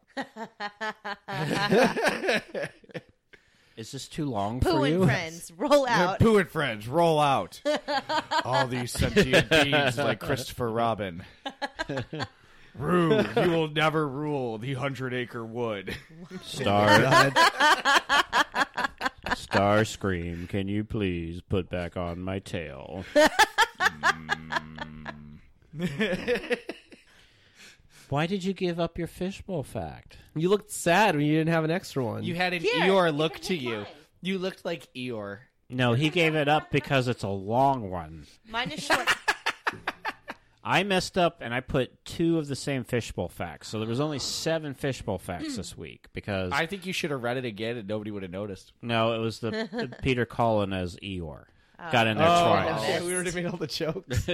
S5: Is this too long
S7: Pooh
S5: for you?
S7: and Friends roll out.
S6: Pooh and friends, roll out. all these sentient beings like Christopher Robin. Rue, you will never rule the Hundred Acre Wood.
S5: Star, Star Scream, can you please put back on my tail? Why did you give up your fishbowl fact?
S8: You looked sad when you didn't have an extra one.
S6: You had an
S7: Here,
S6: Eeyore
S7: you
S6: look
S7: can
S6: to
S7: take
S6: you.
S7: mine.
S6: You looked like Eeyore.
S5: No, he gave it up because it's a long one.
S7: Mine is short.
S5: I messed up and I put two of the same fishbowl facts. So there was only seven fishbowl facts this week because
S6: I think you should have read it again and nobody would have noticed.
S5: no, it was the, the Peter Cullen as Eeyore. Got in there
S7: Oh,
S5: twice.
S7: yeah, we
S6: already made all the jokes.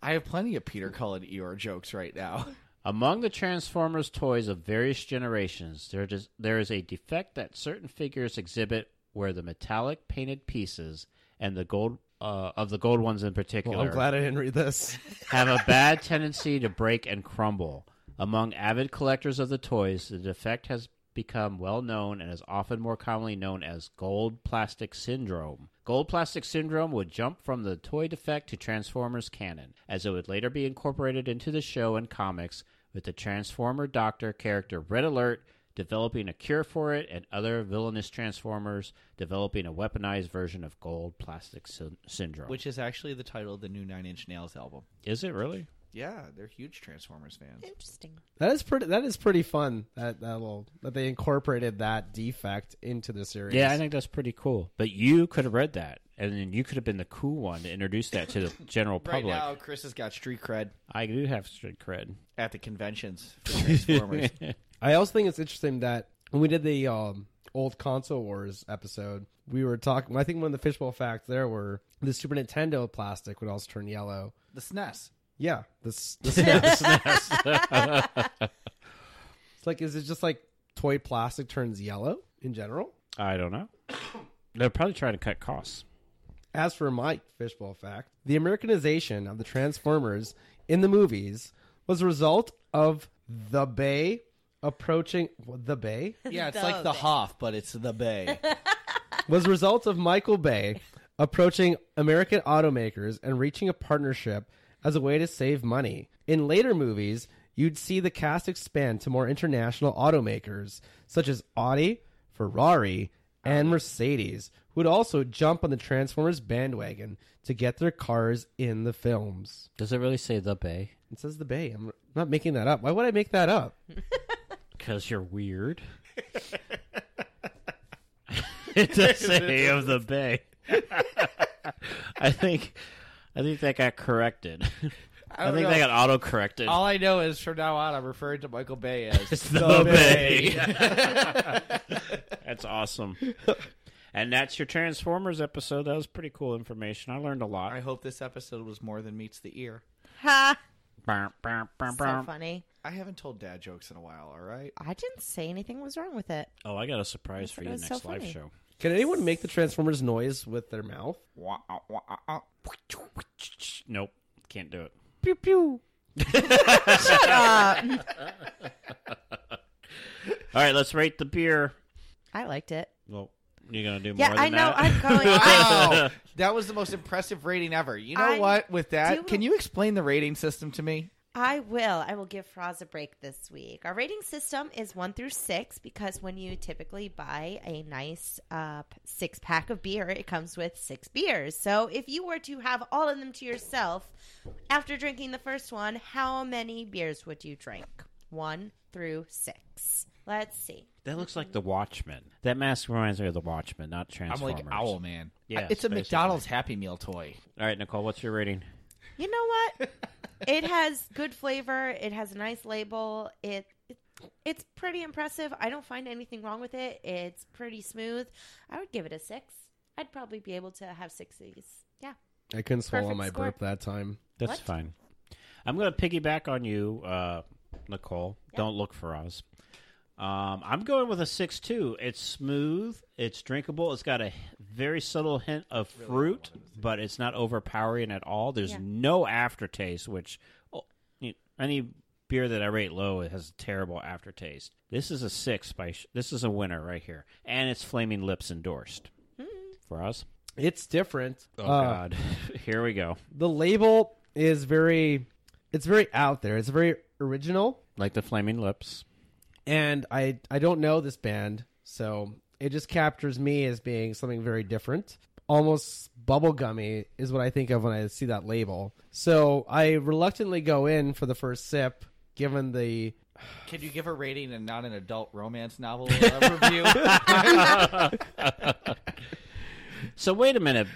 S6: I have plenty of Peter Cullen Eeyore jokes right now.
S5: Among the Transformers toys of various generations, there is, there is a defect that certain figures exhibit where the metallic painted pieces and the gold uh, of the gold ones in particular
S8: well, I'm glad I didn't read this.
S5: have a bad tendency to break and crumble. Among avid collectors of the toys, the defect has become well known and is often more commonly known as gold plastic syndrome. Gold plastic syndrome would jump from the toy defect to Transformers canon, as it would later be incorporated into the show and comics, with the Transformer Doctor character Red Alert developing a cure for it and other villainous Transformers developing a weaponized version of gold plastic syn- syndrome.
S6: Which is actually the title of the new Nine Inch Nails album.
S5: is it really?
S6: Yeah, they're huge Transformers fans.
S7: Interesting.
S8: That is pretty. That is pretty fun. That that little that they incorporated that defect into the series.
S5: Yeah, I think that's pretty cool. But you could have read that, and then you could have been the cool one to introduce that to the general
S6: Right
S5: public.
S6: now, Chris has got street cred
S5: I do have street cred.
S6: at the conventions for Transformers.
S8: I also think it's interesting that when we did the um, old console wars episode, we were talking. I think one of the fishbowl facts there were the Super Nintendo plastic would also turn yellow.
S6: the E SNES.
S8: Yeah, this. this it's like, is it just like toy plastic turns yellow in general?
S5: I don't know. They're probably trying to cut costs.
S8: As for my fishbowl fact, the Americanization of the Transformers in the movies was a result of the Bay approaching the Bay
S6: Yeah, it's
S7: The
S6: like the
S7: Bay.
S6: Hoff, but it's the Bay.
S8: was a result of Michael Bay approaching American automakers and reaching a partnership as a way to save money. In later movies, you'd see the cast expand to more international automakers such as Audi, Ferrari, and Mercedes, who would also jump on the Transformers bandwagon to get their cars in the films.
S5: Does it really say the bay?
S8: It says the Bay. I'm not making that up. Why would I make that up?
S5: Because you're weird. it does say of the bay. I think, I think that got corrected. I,
S6: don't
S5: think
S6: know.
S5: they got auto corrected.
S6: All I know is from now on, I'm referring to Michael Bay as
S5: It's the, bay. that's awesome. And that's your Transformers episode. That was pretty cool information. I learned a lot.
S6: I hope this episode was more than meets the ear.
S7: Ha!
S5: Burp, burp, burp,
S7: So
S5: burp.
S7: funny.
S6: I haven't told dad jokes in a while, all right?
S7: I didn't say anything was wrong with it.
S5: Oh, I got a surprise
S7: I
S5: for
S7: thought
S5: you
S7: it was
S5: next
S7: so
S5: live
S7: funny.
S5: show.
S8: Can anyone make the Transformers noise with their mouth?
S5: Nope, can't do it.
S8: Pew pew.
S7: Uh,
S5: All right, let's rate the beer.
S7: I liked it.
S5: Well, you're gonna do
S7: Yeah,
S5: more.
S7: I
S5: than
S7: know.
S5: That?
S7: I'm going. I,
S6: Wow, that was the most impressive rating ever. You know
S7: I
S6: what? With that,
S7: do-
S6: can you explain the rating system to me?
S7: I will. I will give Froz a break this week. Our rating system is one through six because when you typically buy a nice uh, p- six pack of beer, it comes with six beers. So if you were to have all of them to yourself after drinking the first one, how many beers would you drink? One through six. Let's see.
S5: That looks like the Watchmen. That mask reminds me of the Watchmen, not Transformers.
S6: man.
S5: Yes,
S6: it's a
S5: basically.
S6: McDonald's Happy Meal toy.
S5: All right, Nicole, what's your rating?
S7: You know what? it has good flavor. It has a nice label. It, it it's pretty impressive. I don't find anything wrong with it. It's pretty smooth. I would give it a six. I'd probably be able to have six of these. Yeah.
S8: I couldn't swallow
S7: Perfect
S8: my
S7: score.
S8: burp that time.
S5: That's
S7: What?
S5: fine. I'm going to piggyback on you, uh, Nicole. Don't look for us.
S10: Um, I'm going with a six two. It's smooth. It's drinkable. It's got a h- very subtle hint of fruit, but it's not overpowering at all. There's no aftertaste, which oh, you- any beer that I rate low it has a terrible aftertaste. This is a six by. Sh- This is a winner right here, and it's Flaming Lips endorsed for us.
S8: It's different.
S10: Oh
S8: Uh,
S10: God, here we go.
S8: The label is very, it's very out there. It's very original,
S10: Like the Flaming Lips.
S8: and I I don't know this band, so it just captures me as being something very different. Almost bubblegummy is what I think of when I see that label. So I reluctantly go in for the first sip, given the
S6: Can you give a rating and not an adult romance novel uh, review?
S10: So wait a minute.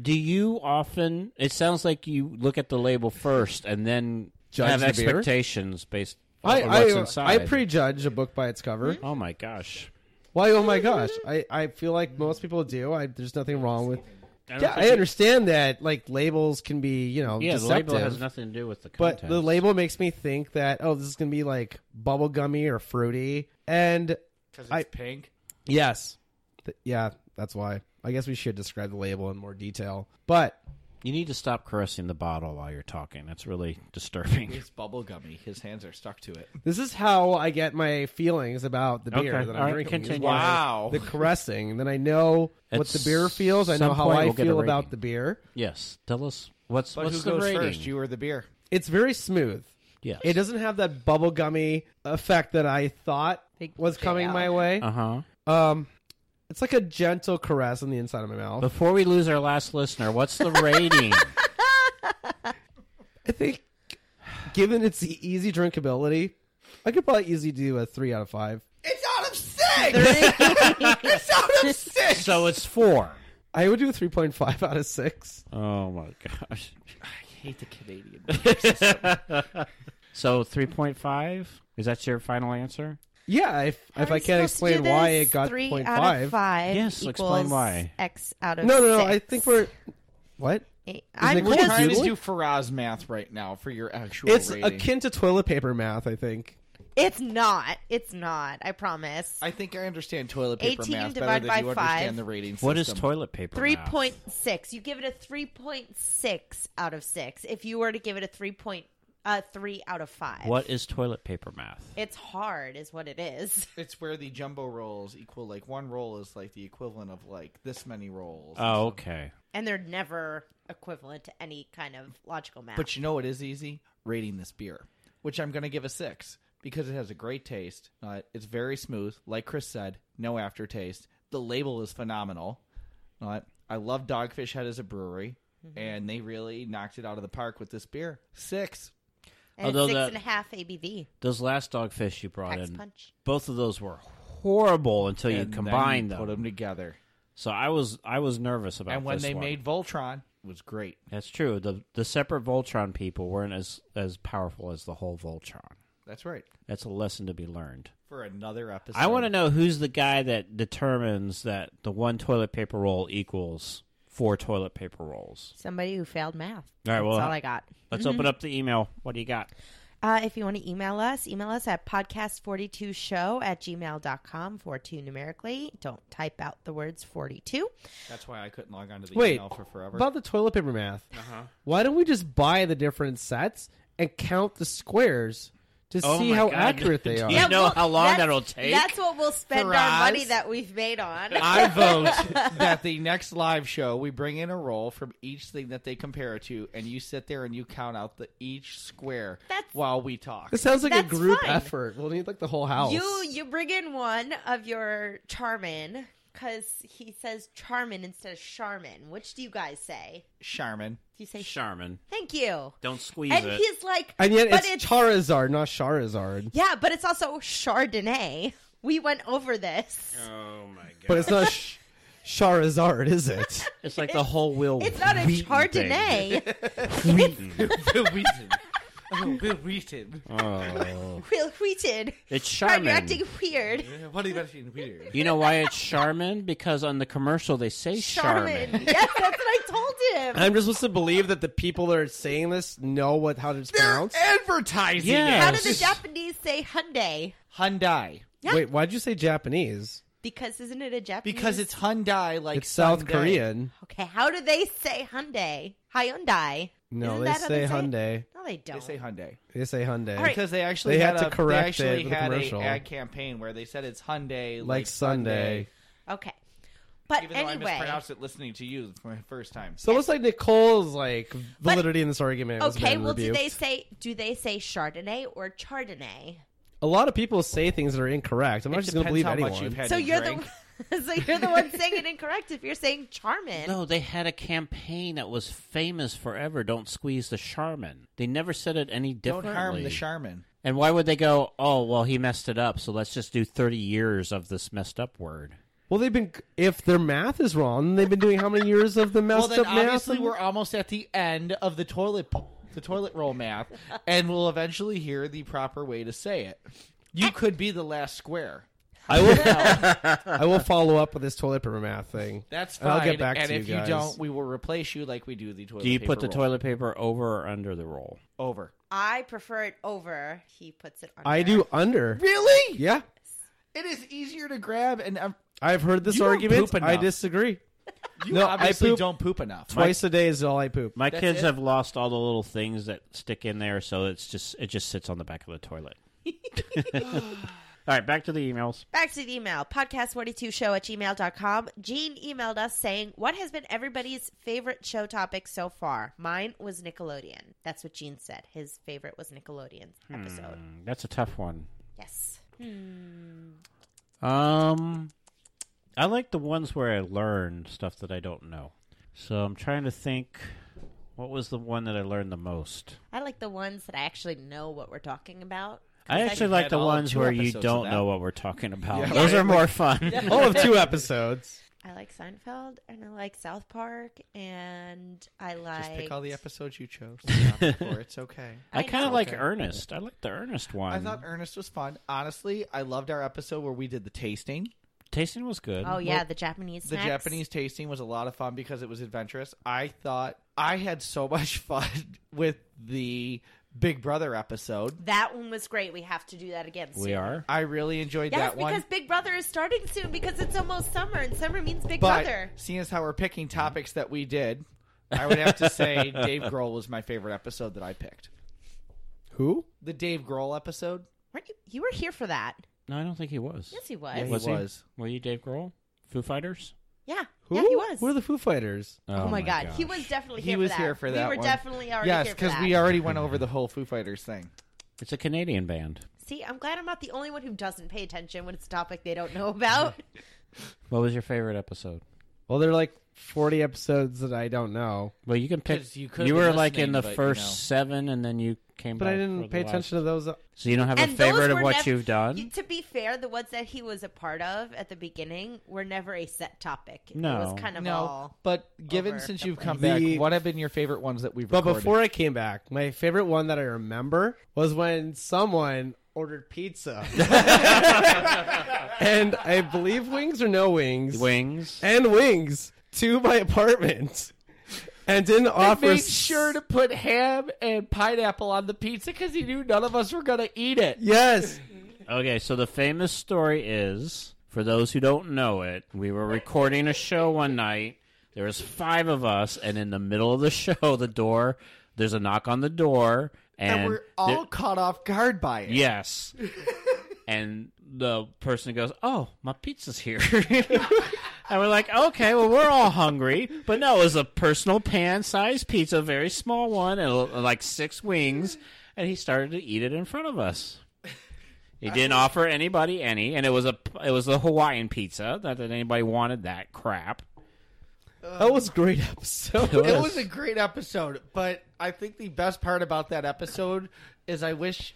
S10: Do you often? It sounds like you look at the label first and then
S8: Judge
S10: have
S8: the beer?
S10: expectations based on
S8: I
S10: what's
S8: I, I
S10: inside.
S8: prejudge a book by its cover.
S10: oh my gosh!
S8: Why? Oh my gosh! I, I feel like most people do. I there's nothing wrong with.
S10: I don't
S8: Yeah,
S10: think
S8: I
S10: it-
S8: understand that. Like labels can be, you know,
S10: Yeah, the
S8: deceptive.
S10: label has nothing to do with the
S8: but
S10: content.
S8: the label makes me think that oh, this is gonna be like bubblegummy or fruity. And
S6: Because it's
S8: I-
S6: pink.
S8: yes, Th- yeah, that's why. I guess we should describe the label in more detail. But
S10: You need to stop caressing the bottle while you're talking. That's really disturbing.
S6: It's bubblegummy. His hands are stuck to it.
S8: this is how I get my feelings about the beer
S10: Okay,
S8: that I'm
S10: all right,
S8: drinking. is
S10: continue.
S8: by
S6: Wow.
S8: the caressing. Then I know what
S10: At
S8: the beer feels. I know
S10: some
S8: how
S10: point
S8: I
S10: we'll get a
S8: feel
S10: rating.
S8: about the beer.
S10: yes, tell us what's
S6: But
S10: what's
S6: who
S10: the
S6: goes
S10: rating?
S6: first, you or the beer?
S8: It's very smooth.
S10: yes.
S8: It doesn't have that bubblegummy effect that I thought
S7: Big
S8: was coming
S7: jail.
S8: my way.
S10: Uh huh.
S8: Um, it's like a gentle caress on the inside of my mouth.
S10: Before we lose our last listener, what's the rating?
S8: I think, given its e- easy drinkability, I could probably easily do a three out of five.
S11: It's out of six! it's out of six!
S10: so it's four.
S8: I would do a three point five out of six.
S10: Oh my gosh.
S6: I hate the Canadian.
S10: so 3.5 is that your final answer
S8: Yeah, if
S7: How
S8: if
S7: are
S8: I
S7: we
S8: can't
S7: supposed to
S8: explain
S7: do
S8: why
S7: this?
S8: it got
S7: three
S8: point
S7: out
S8: five.
S7: of five.
S10: Yes, explain
S7: equals
S10: why.
S7: X out of
S8: No, no, no.
S7: six.
S8: I think we're what?
S7: Eight- I'm
S8: Nicole
S6: We're trying to
S8: Doodle?
S7: just,
S6: do Faraz math right now for your actual
S8: It's
S6: rating.
S8: akin to toilet paper math. I think.
S7: it's not. It's not. I promise.
S6: I think I understand toilet paper
S7: 18
S6: math better
S7: divided
S6: than you
S7: by five.
S6: understand the rating system.
S10: What is toilet paper
S7: Three
S10: math?
S7: point six. You give it a three point six out of six. If you were to give it a three point uh, three out of five,
S10: what is toilet paper math
S7: It's hard, is what it is.
S6: It's where the jumbo rolls equal like one roll is like the equivalent of like this many rolls.
S10: oh okay
S7: And they're never equivalent to any kind of logical math.
S6: But you know what is easy? Rating this beer, which I'm going to give a six because it has a great taste. Uh, it's very smooth. Like Chris said, no aftertaste. The label is phenomenal. Uh, I love Dogfish Head as a brewery, and they really knocked it out of the park with this beer. Six.
S7: and
S10: although
S7: it's six
S10: that-
S7: and a half ABV.
S10: those last dogfish you brought
S7: Pax
S10: in
S7: punch.
S10: both of those were horrible until you
S6: And then
S10: combined
S6: you
S10: them
S6: Put them together.
S10: so i was i was nervous about
S6: and when
S10: this
S6: they
S10: one.
S6: made Voltron, it was great.
S10: that's true the the separate voltron people weren't as as powerful as the whole voltron
S6: That's right.
S10: that's a lesson to be learned
S6: For another episode.
S10: i want to know who's the guy that determines that the one toilet paper roll equals four toilet paper rolls
S7: Somebody who failed math.
S10: All right,
S7: That's
S10: well,
S7: all I got.
S10: let's open up the email what do you got
S7: Uh, if you want to email us, email us at podcast42show at gmail.com, 42 numerically. Don't type out the words 42.
S6: That's why I couldn't log on to the
S8: Wait,
S6: email for forever.
S8: about the toilet paper math.
S10: Uh-huh.
S8: Why don't we just buy the different sets and count the squares to
S10: Oh
S8: see
S10: my
S8: how
S10: God.
S8: accurate they
S10: Do
S8: are?
S10: you know how long
S7: that's-
S10: that'll take?
S7: That's what we'll spend
S6: For
S7: our money
S6: us?
S7: that we've made on.
S6: I vote that the next live show we bring in a roll from each thing that they compare it to, and you sit there and you count out the each square
S7: That's-
S6: while we talk.
S8: This sounds like a
S7: That's
S8: group
S7: fine.
S8: effort. We'll need like the whole house.
S7: You you bring in one of your Charmin because he says Charmin instead of Charmin. Which do you guys say?
S6: Charmin.
S7: Do you say
S10: Charmin.
S7: Thank you.
S10: Don't squeeze
S7: And
S10: it.
S7: he's like,
S8: and yet
S7: but
S8: it's, Charizard, not Charizard.
S7: yeah, but it's also Chardonnay. We went over this.
S10: Oh my god!
S8: But it's not sh- Charizard, is it?
S10: it's like the whole wheel.
S7: It's not a
S10: Wheaton thing.
S7: Chardonnay.
S6: Will Wheaton. Oh, Will Wheaton.
S10: Oh,
S7: Real wheated.
S10: it's
S7: God, you're
S10: Charmin.
S7: acting weird.
S6: What about you weird?
S10: You know why it's Charmin? Because on the commercial they say Charmin.
S7: Charmin. yes, that's what I told him.
S8: I'm just supposed to believe that the people that are saying this know what how to
S6: They're
S8: pronounce.
S6: advertising
S10: Yeah.
S7: How
S6: it.
S7: do the
S10: Yes.
S7: Japanese say Hyundai?
S6: Hyundai.
S7: Yeah.
S8: Wait, why'd you say Japanese?
S7: Because isn't it a Japanese?
S6: Because it's Hyundai, like
S8: it's South
S6: Hyundai.
S8: Korean.
S7: okay. How do they say Hyundai? Hyundai.
S8: No,
S7: Isn't
S8: they
S7: that how
S8: say
S7: they say it?
S8: Hyundai.
S7: No, they don't.
S6: They say Hyundai
S8: They say Hyundai.
S7: All right.
S6: because they actually
S8: They
S6: had,
S8: had to
S6: a,
S8: correct
S6: they
S8: it
S6: actually
S8: with a
S6: had
S8: commercial.
S6: a ad campaign where they said it's Hyundai like,
S8: like Sunday.
S7: okay. But
S6: Even though I
S7: anyway,
S6: mispronounced it listening to you for my first time.
S8: So it looks like Nicole's like validity in this argument. has
S7: okay.
S8: been
S7: Well, do
S8: rebuked.
S7: they say do they say Chardonnay or Chardonnay?
S8: a lot of people say things that are incorrect. I'm not
S6: It
S8: just going
S6: depends
S8: to believe
S6: how
S8: anyone.
S6: much you've had
S7: So
S6: to
S7: you're
S6: drink.
S7: the so you're the one saying it incorrect if you're saying Charmin.
S5: No, they had a campaign that was famous forever. Don't squeeze the Charmin. They never said it any
S6: Don't
S5: differently.
S6: harm the Charmin.
S5: And why would they go? Oh, well, he messed it up, so let's just do thirty years of this messed up word.
S8: Well, they've been if their math is wrong, they've been doing how many years of the
S6: Well,
S8: messed
S6: then
S8: up math?
S6: obviously we're almost at the end of the toilet the toilet roll math, and we'll eventually hear the proper way to say it. You could be the last square.
S8: I will. I will follow up with this toilet paper math thing.
S6: That's fine.
S8: And I'll get back
S6: and
S8: to
S6: if
S8: you guys.
S6: don't, we will replace you like we do the toilet.
S5: Do you put the
S6: paper roll.
S5: toilet paper over or under the roll?
S6: over?
S7: I prefer it over. He puts it under.
S8: I do under.
S6: Really?
S8: Yeah,
S6: It is easier to grab, and um,
S8: I've heard this
S6: You don't
S8: argument.
S6: poop
S8: I
S6: enough.
S8: disagree.
S6: you
S8: No, I
S6: obviously
S8: poop
S6: don't poop enough.
S8: Twice a day is all I poop.
S5: My
S6: That's
S5: kids
S6: it?
S5: have lost all the little things that stick in there, so it's just it just sits on the back of the toilet. all right, back to the emails.
S7: Back to the email, podcast42show at gmail.com. Gene emailed us saying, What has been everybody's favorite show topic so far? Mine was Nickelodeon. That's what Gene said. His favorite was Nickelodeon's
S6: Hmm.
S7: episode.
S5: Mm, That's a tough one.
S7: Yes.
S5: Um, I like the ones where I learn stuff that I don't know. So I'm trying to think, what was the one that I learned the most?
S7: I like the ones that I actually know what we're talking about.
S5: I actually like
S6: had
S5: the
S6: all of
S5: ones
S6: two
S5: where you
S6: episodes of
S5: don't
S6: that.
S5: know what we're talking about. Those are more fun.
S8: All of two episodes.
S7: I like Seinfeld and I like South Park and I like.
S6: Just pick all the episodes you chose. Before. It's okay.
S5: I kind of like
S6: Okay.
S5: Ernest. I like the Ernest one.
S6: I thought Ernest was fun. Honestly, I loved our episode where we did the tasting.
S5: Tasting was good.
S7: Oh, yeah, the Japanese
S6: The
S7: snacks.
S6: Japanese tasting was a lot of fun because it was adventurous. I thought I had so much fun with the Big Brother episode.
S7: That one was great. We have to do that again.
S5: we
S7: soon.
S5: are.
S6: I really enjoyed
S7: Yes,
S6: that
S7: because
S6: one.
S7: Big Brother is starting soon because it's almost summer and summer means Big
S6: But
S7: Brother.
S6: seeing as how we're picking topics that we did, I would have to say Dave Grohl was my favorite episode that I picked.
S8: Who?
S6: The Dave Grohl episode.
S7: Weren't you, you were here for that.
S5: No, I don't think he was.
S7: Yes, he was.
S6: Yeah,
S7: Yeah,
S6: he
S5: Was he?
S6: was.
S5: Were you Dave Grohl? Foo Fighters?
S7: yeah,
S8: Who?
S7: he was.
S8: Who are the Foo Fighters?
S7: oh, my god, he
S5: gosh.
S7: was definitely
S6: He
S7: here.
S6: was
S7: for that.
S6: here for that
S7: We were
S6: one.
S7: definitely already
S6: yes,
S7: here for
S6: because
S7: that.
S6: we already went over the whole Foo Fighters thing.
S5: It's a Canadian band.
S7: See, I'm glad I'm not the only one who doesn't pay attention when it's a topic they don't know about.
S5: What was your favorite episode?
S8: Well, they're like 40 episodes that I don't know,
S5: Well, you can pick.
S6: 'Cause you
S5: You,
S6: could've
S5: were
S6: been
S5: like in
S6: listening,
S5: the
S6: but, you
S5: first
S6: know.
S5: seven, and then you came.
S8: but
S5: back
S8: I
S5: for
S8: didn't
S5: the
S8: pay
S5: last-
S8: attention to those.
S5: So you don't have a
S7: and
S5: favorite
S7: those
S5: of
S7: were
S5: what
S7: nev-
S5: you've done?
S7: You- to be fair, the ones that he was a part of at the beginning were never a set topic.
S5: No.
S7: it was kind of
S6: No,
S7: all.
S6: but given
S7: over
S6: since
S7: the
S6: you've
S7: place.
S6: come back,
S8: The-
S6: what have been your favorite ones that we've
S8: But
S6: recorded?
S8: before I came back, my favorite one that I remember was when someone ordered pizza. and I believe wings or no wings.
S5: Wings.
S8: And wings to my apartment. And didn't
S6: I
S8: offer.
S6: made sure to put ham and pineapple on the pizza because he knew none of us were going to eat it.
S8: Yes.
S5: Okay, so the famous story is for those who don't know it, we were recording a show one night. There was five of us, and in the middle of the show, the door there's a knock on the door, and,
S6: And we're all
S5: there-
S6: caught off guard by it.
S5: yes, and the person goes, "Oh, my pizza's here." And we're like, okay, well, we're all hungry, but no, it was a personal pan-sized pizza, a very small one, and l- like six wings, and he started to eat it in front of us. He didn't offer anybody any, and it was a it was a Hawaiian pizza. Not that anybody wanted that crap.
S8: That was a great episode.
S6: It was a great episode, but I think the best part about that episode is I wish,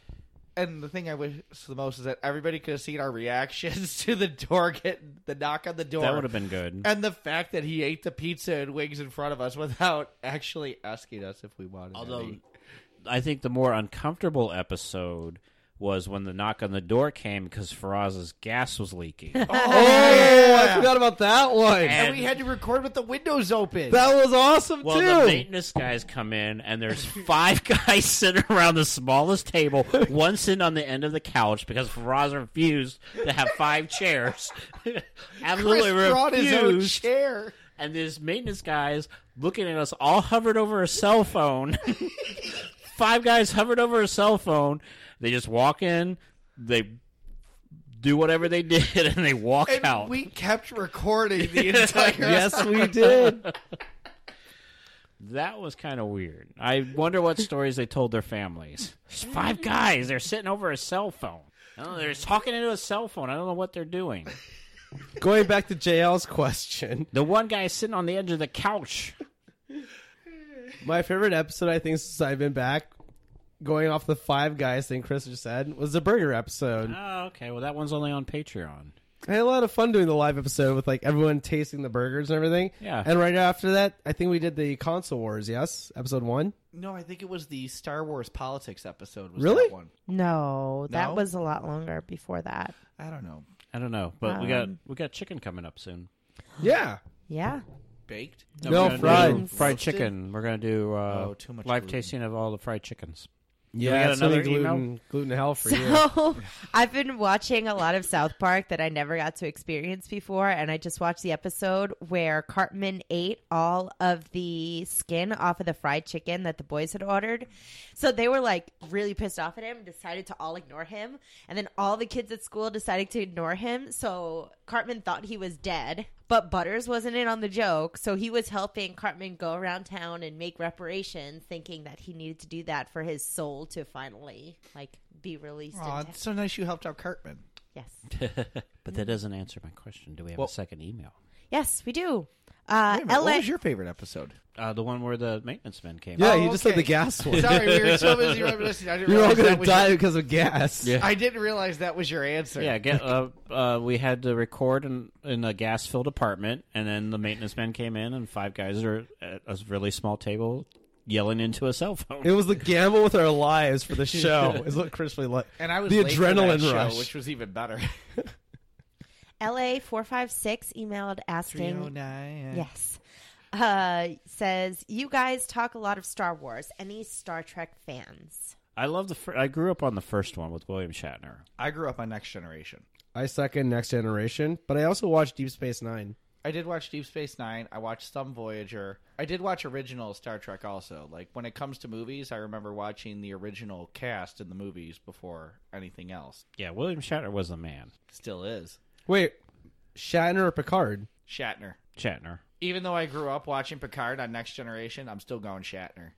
S6: and the thing I wish the most is that everybody could have seen our reactions to the door getting the knock on the door.
S5: That would have been good.
S6: And the fact that he ate the pizza and wings in front of us without actually asking us if we wanted.
S5: Although
S6: any.
S5: I think the more uncomfortable episode was when the knock on the door came because Faraz's gas was leaking.
S8: Oh, I forgot about that one.
S10: And we had to record with the windows open.
S8: That was awesome
S5: Well,
S8: too.
S5: the maintenance guys come in, and there's five guys sitting around the smallest table, one sitting on the end of the couch because Faraz refused to have five chairs. Absolutely
S10: Chris brought his own
S5: refused.
S10: chair.
S5: And these maintenance guys looking at us all hovered over a cell phone. five guys hovered over a cell phone. They just walk in, they do whatever they did, and they walk
S10: And
S5: out.
S10: we kept recording the entire
S8: yes, we did.
S5: That was kind of weird. I wonder what stories they told their families. There's five guys. They're sitting over a cell phone. Oh, they're talking into a cell phone. I don't know what they're doing.
S8: Going back to JL's question,
S5: The one guy is sitting on the edge of the couch.
S8: my favorite episode I think since I've been back, going off the five guys thing Chris just said, was the burger episode.
S5: Oh, okay. Well, that one's only on Patreon.
S8: I had a lot of fun doing the live episode with like everyone tasting the burgers and everything.
S5: Yeah.
S8: And right after that, I think we did the console wars. Yes, episode one.
S6: No, I think it was the Star Wars politics episode. Was
S8: Really?
S6: That one.
S7: No, that
S6: No?
S7: was a lot longer before that.
S6: I don't know.
S5: I don't know, but we got we got chicken coming up soon.
S8: Yeah.
S7: Yeah.
S6: Baked.
S8: No,
S5: We're gonna
S8: fried.
S5: do fried
S6: Roasted?
S5: chicken. We're gonna do uh,
S6: Oh, too much
S5: live
S6: gluten.
S5: tasting of all the fried chickens.
S8: Yeah.
S5: got
S8: it's gonna be
S5: another email?
S8: gluten gluten hell for you.
S7: So I've been watching a lot of South Park that I never got to experience before, and I just watched the episode where Cartman ate all of the skin off of the fried chicken that the boys had ordered. So they were like really pissed off at him, decided to all ignore him, and then all the kids at school decided to ignore him. So Cartman thought he was dead. But Butters wasn't in on the joke, so he was helping Cartman go around town and make reparations, thinking that he needed to do that for his soul to finally like be released.
S6: Aw,
S7: into-
S6: it's so nice you helped out Cartman.
S7: yes,
S5: But that doesn't answer my question. Do we have
S6: Well-
S5: a second email?
S7: yes, we do. Uh,
S6: Wait a minute,
S7: LA,
S6: What was your favorite episode?
S5: Uh, the one where the maintenance men came.
S8: Yeah,
S6: Oh,
S8: you just said
S6: okay.
S8: the gas one.
S10: Sorry, we were so busy reminiscing. I didn't
S8: You're all
S10: realize
S8: gonna
S10: that was
S8: die
S10: Your,
S8: because of gas.
S5: Yeah.
S10: I didn't realize that was your answer.
S5: Yeah, get, uh, uh, we had to record in, in a gas filled apartment, and then the maintenance man came in, and five guys are at a really small table yelling into a cell phone.
S8: It was the gamble with our lives for the show. is what Chris really liked.
S6: And I was
S8: the
S6: late for that
S8: adrenaline
S6: show,
S8: rush.
S6: which was even better.
S7: LA four five six emailed asking
S6: 309.
S7: Yes. Uh, says, you guys talk a lot of Star Wars. Any Star Trek fans?
S5: I love the. Fir- I grew up on the first one with William Shatner.
S6: I grew up on Next Generation.
S8: I second Next Generation, but I also watched Deep Space Nine.
S6: I did watch Deep Space Nine. I watched some Voyager. I did watch original Star Trek also. Like when it comes to movies, I remember watching the original cast in the movies before anything else.
S5: Yeah, William Shatner was the man.
S6: Still is
S8: Wait, Shatner or Picard?
S6: Shatner.
S5: Shatner.
S6: Even though I grew up watching Picard on Next Generation, I'm still going Shatner.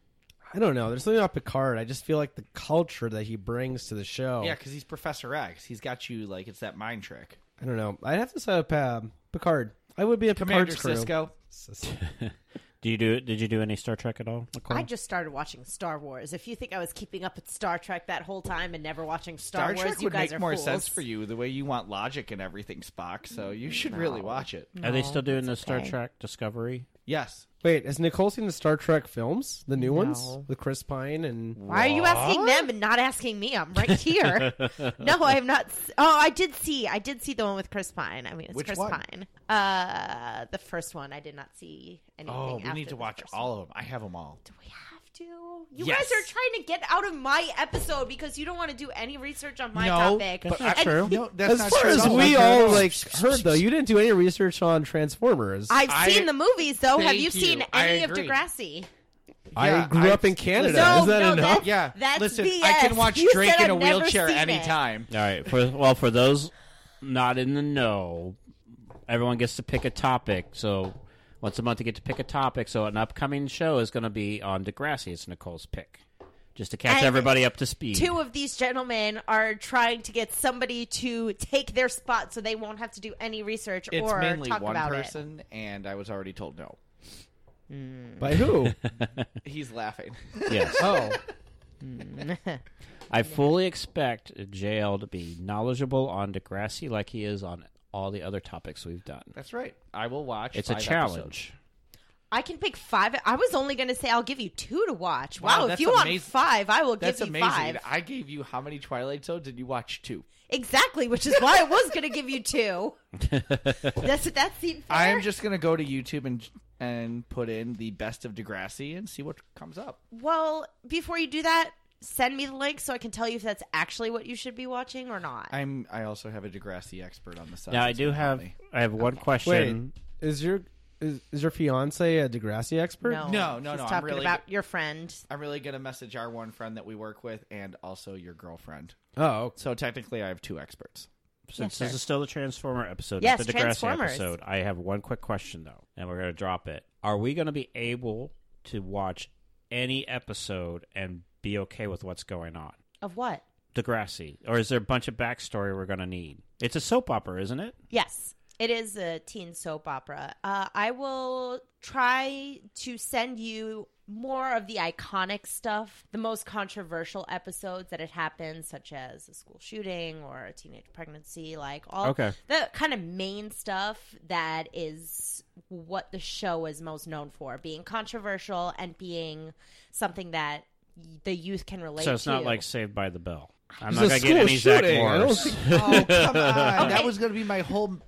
S8: I don't know. There's something about Picard. I just feel like the culture that he brings to the show.
S6: Yeah, because he's Professor X. He's got you like it's that mind trick.
S8: I don't know. I'd have to say uh, Picard. I would be a
S6: Commander
S8: Picard's crew.
S6: Cisco.
S5: Do you do? Did you do any Star Trek at all? McCall?
S7: I just started watching Star Wars. If you think I was keeping up with Star Trek that whole time and never watching Star,
S6: Star
S7: Wars,
S6: Trek
S7: you
S6: would
S7: guys
S6: make
S7: are
S6: more
S7: fools.
S6: sense for you the way you want logic and everything, Spock. So you should really watch it.
S5: Are they still doing the
S7: that's
S5: Star
S7: okay.
S5: Trek Discovery?
S6: Yes.
S8: Wait, has Nicole seen the Star Trek films, the new ones
S7: No.
S8: with Chris Pine and?
S7: Why are you asking them and not asking me? I'm right here. no, I am not. s- Oh, I did see. I did see the one with Chris Pine. I mean, it's
S6: Which
S7: Chris
S6: one?
S7: Pine. Uh, the first one. I did not see anything.
S6: Oh, we
S7: after
S6: need to
S7: the
S6: watch
S7: first
S6: all of them. I have them all.
S7: Do we have to? You
S6: Yes.
S7: guys are trying to get out of my episode because you don't want to do any research on my
S6: No,
S7: topic.
S6: but
S7: And
S6: No, that's
S8: As
S6: not
S8: far
S6: true at
S8: as
S6: all.
S8: we
S6: That's not true
S8: all
S6: at
S8: like heard, though, you didn't do any research on Transformers.
S7: I've
S6: I-
S7: seen the movies, though. Have
S6: Thank
S7: you,
S6: you.
S7: seen
S6: I
S7: any of
S6: agree.
S7: Degrassi?
S8: I
S6: yeah,
S8: grew
S6: I-
S8: up in Canada.
S7: No,
S8: Is that
S7: no,
S8: enough?
S7: that's-
S6: Yeah,
S7: That's
S6: listen,
S7: BS.
S6: I can watch
S7: You
S6: Drake
S7: said
S6: in a
S7: I've never
S6: wheelchair
S7: seen it.
S6: anytime.
S5: All right. For well, for those not in the know, everyone gets to pick a topic. So once a month, you get to pick a topic. So an upcoming show is going to be on Degrassi. It's Nicole's pick, just to catch
S7: And
S5: everybody up to speed.
S7: Two of these gentlemen are trying to get somebody to take their spot so they won't have to do any research
S6: It's
S7: or
S6: mainly
S7: talk
S6: one
S7: about it.
S6: person, and I was already told no.
S8: By who?
S6: He's laughing.
S5: yes,
S8: Oh,
S5: I fully expect JL to be knowledgeable on Degrassi like he is on all the other topics we've done.
S6: That's right. I will watch.
S5: It's a
S6: five
S5: challenge.
S6: episodes.
S7: I can pick five. I was only going to say I'll give you two to watch.
S6: Wow,
S7: Wow, if
S6: that's
S7: you want
S6: amazing.
S7: five, I will
S6: That's
S7: give you
S6: amazing.
S7: five.
S6: I gave you how many Twilight Zone did you watch? Two.
S7: Exactly, which is why I was going to give you two. that's that seemed fair.
S6: I am just gonna go to YouTube and and put in the best of Degrassi and see what comes up.
S7: Well, before you do that, send me the link so I can tell you if that's actually what you should be watching or not.
S6: I'm. I also have a Degrassi expert on the side.
S5: Now I
S6: that's
S5: do
S6: gonna
S5: have
S6: help me.
S5: I have one
S8: Wait,
S5: question.
S8: is your is, is your fiance a Degrassi expert?
S7: no,
S6: No, no,
S7: she's
S6: no, I'm
S7: Talking
S6: really-
S7: about your friend.
S6: I'm really gonna message our one friend that we work with and also your girlfriend.
S8: Oh,
S6: So technically, I have two experts.
S5: Since this is still the Transformer episode,
S7: Yes,
S5: not the Degrassi
S7: Transformers.
S5: episode, I have one quick question though, and we're gonna drop it. Are we gonna be able to watch any episode and be okay with what's going on?
S7: Of what?
S5: Degrassi, or is there a bunch of backstory we're gonna need? It's a soap opera, isn't it?
S7: Yes, it is a teen soap opera. Uh, I will try to send you more of the iconic stuff, the most controversial episodes that had happened, such as a school shooting or a teenage pregnancy, like all
S5: Okay.
S7: the kind of main stuff that is what the show is most known for being controversial and being something that y- the youth can relate
S5: so it's
S7: to.
S5: not like Saved by the Bell. I'm
S8: It's
S5: not
S8: a
S5: gonna get
S8: school
S5: any Zach
S8: shooting. I don't
S5: Morris.
S6: Oh come on!
S7: Okay.
S6: That was gonna be my whole.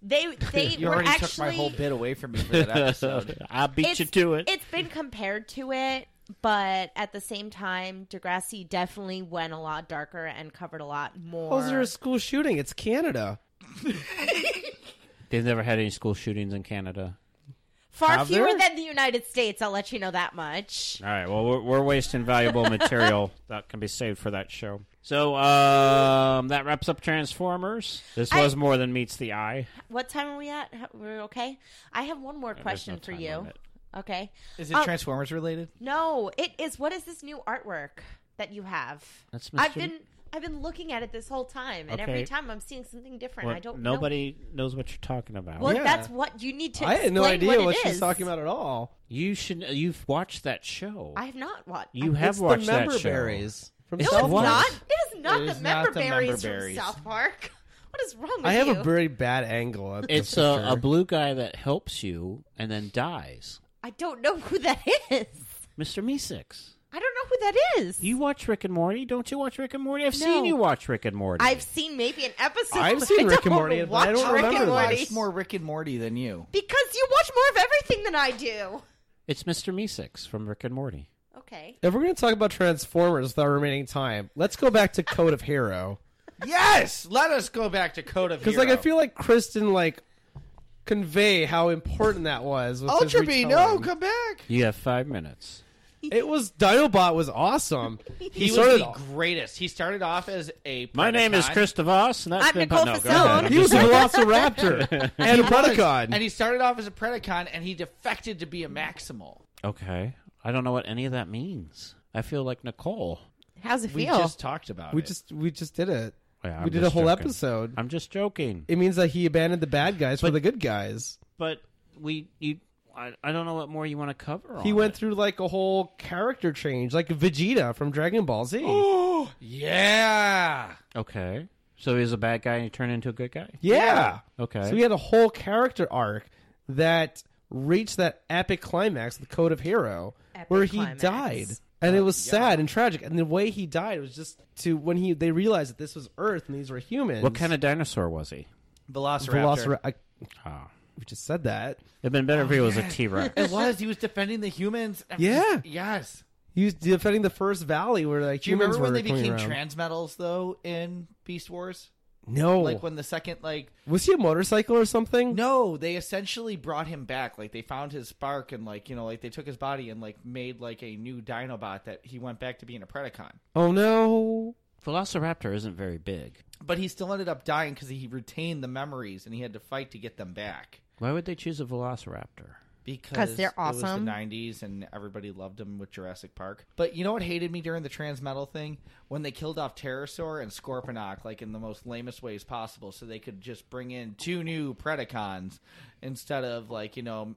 S7: they they
S6: You
S7: were
S6: already
S7: actually
S6: took my whole bit away from me for that episode.
S5: I beat you to it.
S7: has been compared to it, but at the same time, Degrassi definitely went a lot darker and covered a lot more.
S8: How's Oh, there a school shooting? It's Canada.
S5: They've never had any school shootings in Canada.
S7: Far
S8: Have
S7: fewer
S8: there?
S7: than the United States, I'll let you know that much.
S5: All right. Well, we're, we're wasting valuable material that can be saved for that show. So um, that wraps up Transformers. This
S7: I-
S5: was more than meets the eye.
S7: What time are we at? How- We're okay. I have one more question for
S5: time
S7: you.
S5: limit.
S7: Okay.
S6: Is it
S7: Um,
S6: Transformers related?
S7: No, it is. What is this new artwork that you have?
S5: That's
S7: I've
S5: Mr.
S7: been I've been looking at it this whole time, and
S5: Okay.
S7: every time I'm seeing something different.
S5: Well,
S7: I don't. know-
S5: nobody knows what you're talking about.
S7: Well,
S8: Yeah.
S7: that's what you need to.
S8: I had no
S7: explain
S8: idea what,
S7: it
S8: she's
S7: is.
S8: talking about at all.
S5: You should. You've watched that show.
S7: I have not watched.
S5: you
S8: It's
S5: have watched
S8: the member
S5: that show.
S8: berries from
S5: It's
S7: No, it's
S8: South
S5: what?
S7: not.
S8: Park.
S7: It is not
S6: It
S7: the
S6: is
S7: member
S6: not the member
S7: berries from
S6: berries.
S7: South Park. What is wrong with
S8: I have
S7: you?
S8: a very bad angle. At the
S5: It's a, a
S8: picture.
S5: blue guy that helps you and then dies,
S7: I don't know who that is.
S5: Mr. Meeseeks.
S7: I don't know who that is.
S5: You watch Rick and Morty, don't you? Watch Rick and Morty. I've
S7: No.
S5: seen you watch Rick and Morty.
S7: I've seen maybe an episode.
S8: I've seen
S7: I
S8: Rick and
S7: don't
S8: Morty, but I
S7: watch
S8: don't
S7: Rick
S8: remember
S7: and
S8: that.
S7: Morty.
S6: Watched more Rick and Morty than you.
S7: Because you watch more of everything than I do.
S5: It's Mr. Meeseeks from Rick and Morty.
S7: Okay.
S8: If we're going to talk about Transformers with our remaining time, let's go back to Code of Hero.
S6: Yes, let us go back to Code of
S8: Because, like, I feel like Kristen, like, convey how important that was. with his
S6: Ultra B, no,
S8: retelling.
S6: come back.
S5: You have five minutes.
S8: It was, Dinobot was awesome.
S6: He,
S8: he
S6: was
S8: started,
S6: the greatest. He started off as a.
S5: My name is
S6: Predacon,
S5: Chris DeVos, and that's
S7: I'm
S5: been
S7: Nicole
S5: no, go
S7: Fasone.
S5: ahead. I'm
S8: he was
S5: just-
S8: a Velociraptor and a Predacon.
S6: and he started off as a Predacon, and he defected to be a Maximal.
S5: Okay. I don't know what any of that means. I feel like Nicole.
S7: How's it
S6: We
S7: feel?
S6: just talked about
S8: we
S6: it.
S8: just we just did it.
S5: Yeah,
S8: we
S5: I'm
S8: did a
S5: just
S8: whole
S5: joking.
S8: episode.
S5: I'm just joking.
S8: It means that he abandoned the bad guys for the good guys.
S5: But we you I, I don't know what more you want to cover.
S6: Oh,
S8: He
S5: on
S8: went
S5: it.
S8: through like a whole character change, like Vegeta from Dragon Ball Z.
S6: yeah.
S5: Okay. So he was a bad guy and he turned into a good guy?
S8: Yeah.
S5: Okay.
S8: So we had a whole character arc that reached that epic climax, the Code of Hero,
S7: Epic
S8: where he
S7: climax. Oh,
S8: died. And it was sad and tragic. And the way he died was just to when he they realized that this was Earth and these were humans.
S5: what kind of dinosaur was he?
S6: Velociraptor.
S8: Velociraptor? I,
S5: Oh.
S8: we just said that.
S5: It'd been
S7: Oh,
S5: better if he was a T Rex.
S6: It was. He was defending the humans. I'm
S8: Yeah.
S6: just- Yes.
S8: He was defending the first valley where like
S6: Do you
S8: humans
S6: remember when
S8: were
S6: they
S8: coming
S6: became
S8: around.
S6: transmetals though in Beast Wars?
S8: No,
S6: Like when the second like
S8: was he a motorcycle or something?
S6: No, they essentially brought him back. Like they found his spark and like you know like they took his body and like made like a new Dinobot that he went back to being a Predacon.
S8: Oh no.
S5: Velociraptor isn't very big.
S6: But he still ended up dying because he retained the memories and he had to fight to get them back.
S5: Why would they choose a Velociraptor?
S6: Because
S7: they're
S6: It was
S7: awesome.
S6: the '90s, and everybody loved him with Jurassic Park. But you know what hated me during the transmetal thing when they killed off Pterosaur and Scorponok, like in the most lamest ways possible, so they could just bring in two new Predacons instead of like you know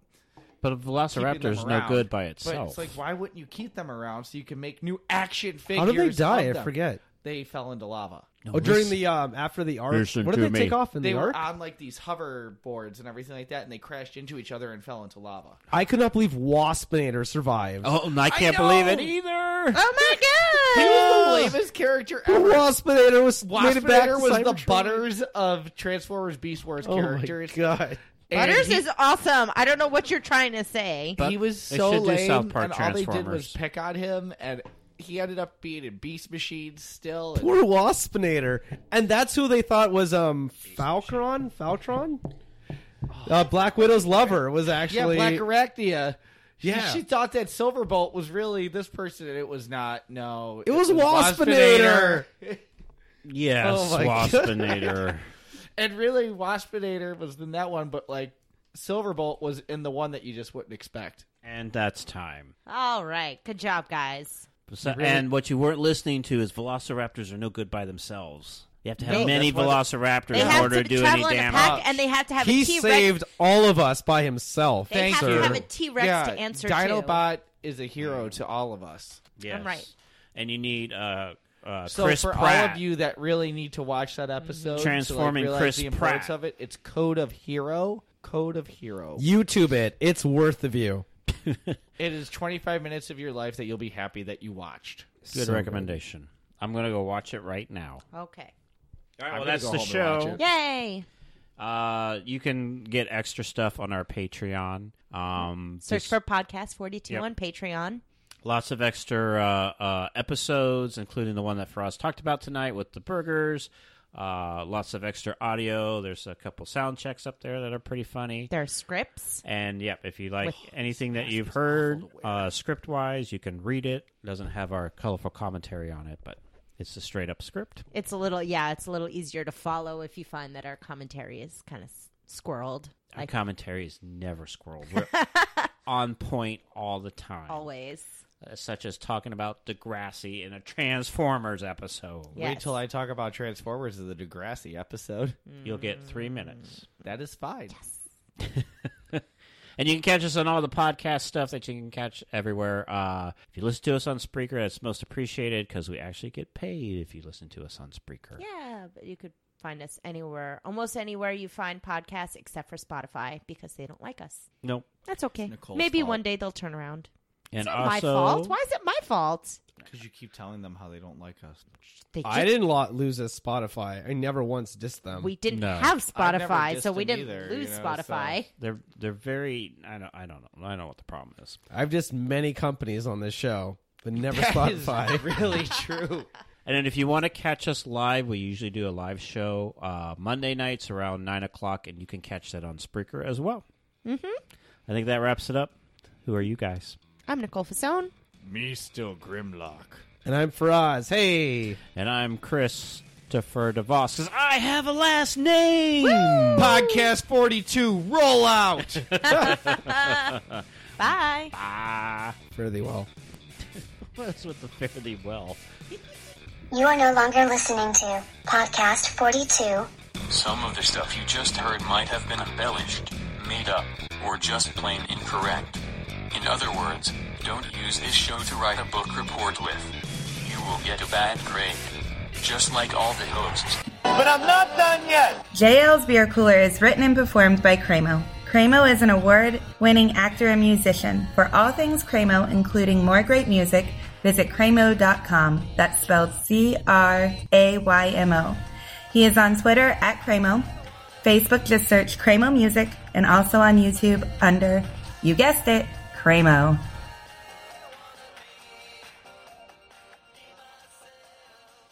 S5: But a
S6: keeping them
S5: Velociraptor is no
S6: around.
S5: good by
S6: But
S5: itself.
S6: it's like, why wouldn't you keep them around so you can make new action figures?
S8: How did they die?
S6: of
S8: I
S6: them?
S8: forget.
S6: they fell into lava.
S8: Oh, during the um after the arch.
S10: Listen
S8: What did
S10: to
S8: they take
S10: me.
S8: off in
S6: they
S8: the
S6: were
S8: arch?
S6: on like these hoverboards and everything like that, and they crashed into each other and fell into lava.
S8: I could not believe Waspinator survived.
S10: Oh, and I can't believe it either.
S7: Oh
S6: He
S7: my
S6: was the lamest character
S8: The
S6: ever.
S8: Waspinator was made it back to
S6: Waspinator was the
S8: Cybertron.
S6: butters of Transformers Beast Wars
S8: Oh
S6: characters.
S8: my god!
S7: god!
S6: And
S7: Butters
S6: he-
S7: is awesome. I don't know what you're trying to say.
S10: But
S6: he was
S10: they
S6: so
S10: should do
S6: lame,
S10: South Park
S6: and all they did was
S10: Transformers.
S6: pick on him, and he ended up being in Beast Machine still. and-
S8: Poor Waspinator, and that's who they thought was um Falcron. Faltron, uh, Black Widow's lover was
S6: yeah,
S8: actually
S6: Black Arachnia.
S8: Yeah.
S6: She, she thought that Silverbolt was really this person, and it was not. No,
S8: It was
S6: Waspinator.
S8: Waspinator.
S10: Yes,
S8: Oh my God.
S10: Waspinator.
S6: And really, Waspinator was in that one, but like Silverbolt was in the one that you just wouldn't expect.
S10: and that's time.
S7: All right, good job, guys.
S10: So- And what you weren't listening to is Velociraptors are no good by themselves. You have to have
S6: No,
S10: many
S6: that's why they-
S10: Velociraptors
S7: They
S10: in
S7: have
S10: order
S7: to
S10: to do any
S7: travel in a
S10: damage.
S7: pack, and they have to have
S8: He
S7: a T-Rex.
S8: saved all of us by himself.
S7: they have
S8: sir.
S7: to have a T-Rex to answer to.
S6: Dinobot is a hero to all of us.
S10: Yes.
S7: I'm right.
S10: And you need uh, uh,
S6: So
S10: Chris
S6: for
S10: Pratt.
S6: all of you that really need to watch that episode,
S10: Transforming
S6: to like realize
S10: Chris
S6: the importance
S10: Pratt.
S6: of it, it's Code of Hero. Code of Hero.
S8: YouTube it. It's worth the view.
S6: It is 25 minutes of your life that you'll be happy that you watched.
S10: Good
S8: So
S10: recommendation. I'm going to go watch it right now.
S7: Okay.
S10: All
S6: I'm
S10: right, well,
S6: gonna
S10: that's
S6: go
S10: the
S6: home and watch
S10: show.
S7: Yay!
S10: Uh, you can get extra stuff on our Patreon. Um,
S7: Search
S10: this-
S7: for Podcast 42
S10: Yep.
S7: on Patreon.
S10: lots of extra uh, uh, episodes, including the one that Frost talked about tonight with the burgers. Uh, lots of extra audio. There's a couple sound checks up there that are pretty funny.
S7: There are scripts.
S10: And yep, if you like anything that you've heard uh, script wise, you can read it. It doesn't have our colorful commentary on it, but it's a straight up script.
S7: It's a little, yeah, it's a little easier to follow if you find that our commentary is kind of squirreled,
S10: Our
S7: like
S10: commentary is never scrolled. We're on point all the time.
S7: always.
S10: Uh, Such as talking about Degrassi in a Transformers episode.
S7: Yes.
S6: Wait till I talk about Transformers in the Degrassi episode.
S10: You'll get three minutes.
S6: That is fine.
S10: And you can catch us on all the podcast stuff that you can catch everywhere. Uh, if you listen to us on Spreaker, that's most appreciated because we actually get paid if you listen to us on Spreaker.
S7: Yeah, but you could find us anywhere, almost anywhere you find podcasts except for Spotify because they don't like us.
S10: Nope.
S7: That's okay.
S6: Nicole's
S7: Maybe
S6: fault.
S7: one day they'll turn around.
S10: And
S7: it's not
S10: also,
S7: my fault. Why is it my fault?
S6: Because you keep telling them how they don't like us.
S7: They
S8: I didn't lo- lose a Spotify. I never once dissed them.
S7: We didn't
S10: No.
S7: have
S6: I never
S7: Spotify,
S6: dissed
S7: so we
S6: them
S7: didn't
S6: either,
S7: lose
S6: you know,
S7: Spotify.
S10: they're they're very. I don't. I don't know. I don't know what the problem is.
S8: I've dissed many companies on this show, but never
S6: That is
S8: Spotify.
S6: really true.
S10: And then if you want to catch us live, we usually do a live show uh, Monday nights around nine o'clock, and you can catch that on Spreaker as well. Mm-hmm. I think that wraps it up. Who are you guys?
S7: I'm Nicole Fasone.
S6: Me still Grimlock.
S8: and I'm Faraz. Hey,
S10: And I'm Christopher DeVos because I have a last name.
S6: Podcast 42, roll out!
S7: Bye.
S8: fare thee well.
S10: That's with the fare thee well.
S4: You are no longer listening to Podcast 42.
S12: Some of the stuff you just heard might have been embellished, made up, or just plain incorrect. In other words, don't use this show to write a book report with. You will get a bad grade. Just like all the hosts.
S13: JL's Beer Cooler is written and performed by Cremo. Cremo is an award winning actor and musician. For all things Cremo, including more great music, visit Cremo.com. That's spelled C R A Y M O. He is on Twitter at Cremo, Facebook, just search Cremo Music, and also on YouTube under, you guessed it, Cremo.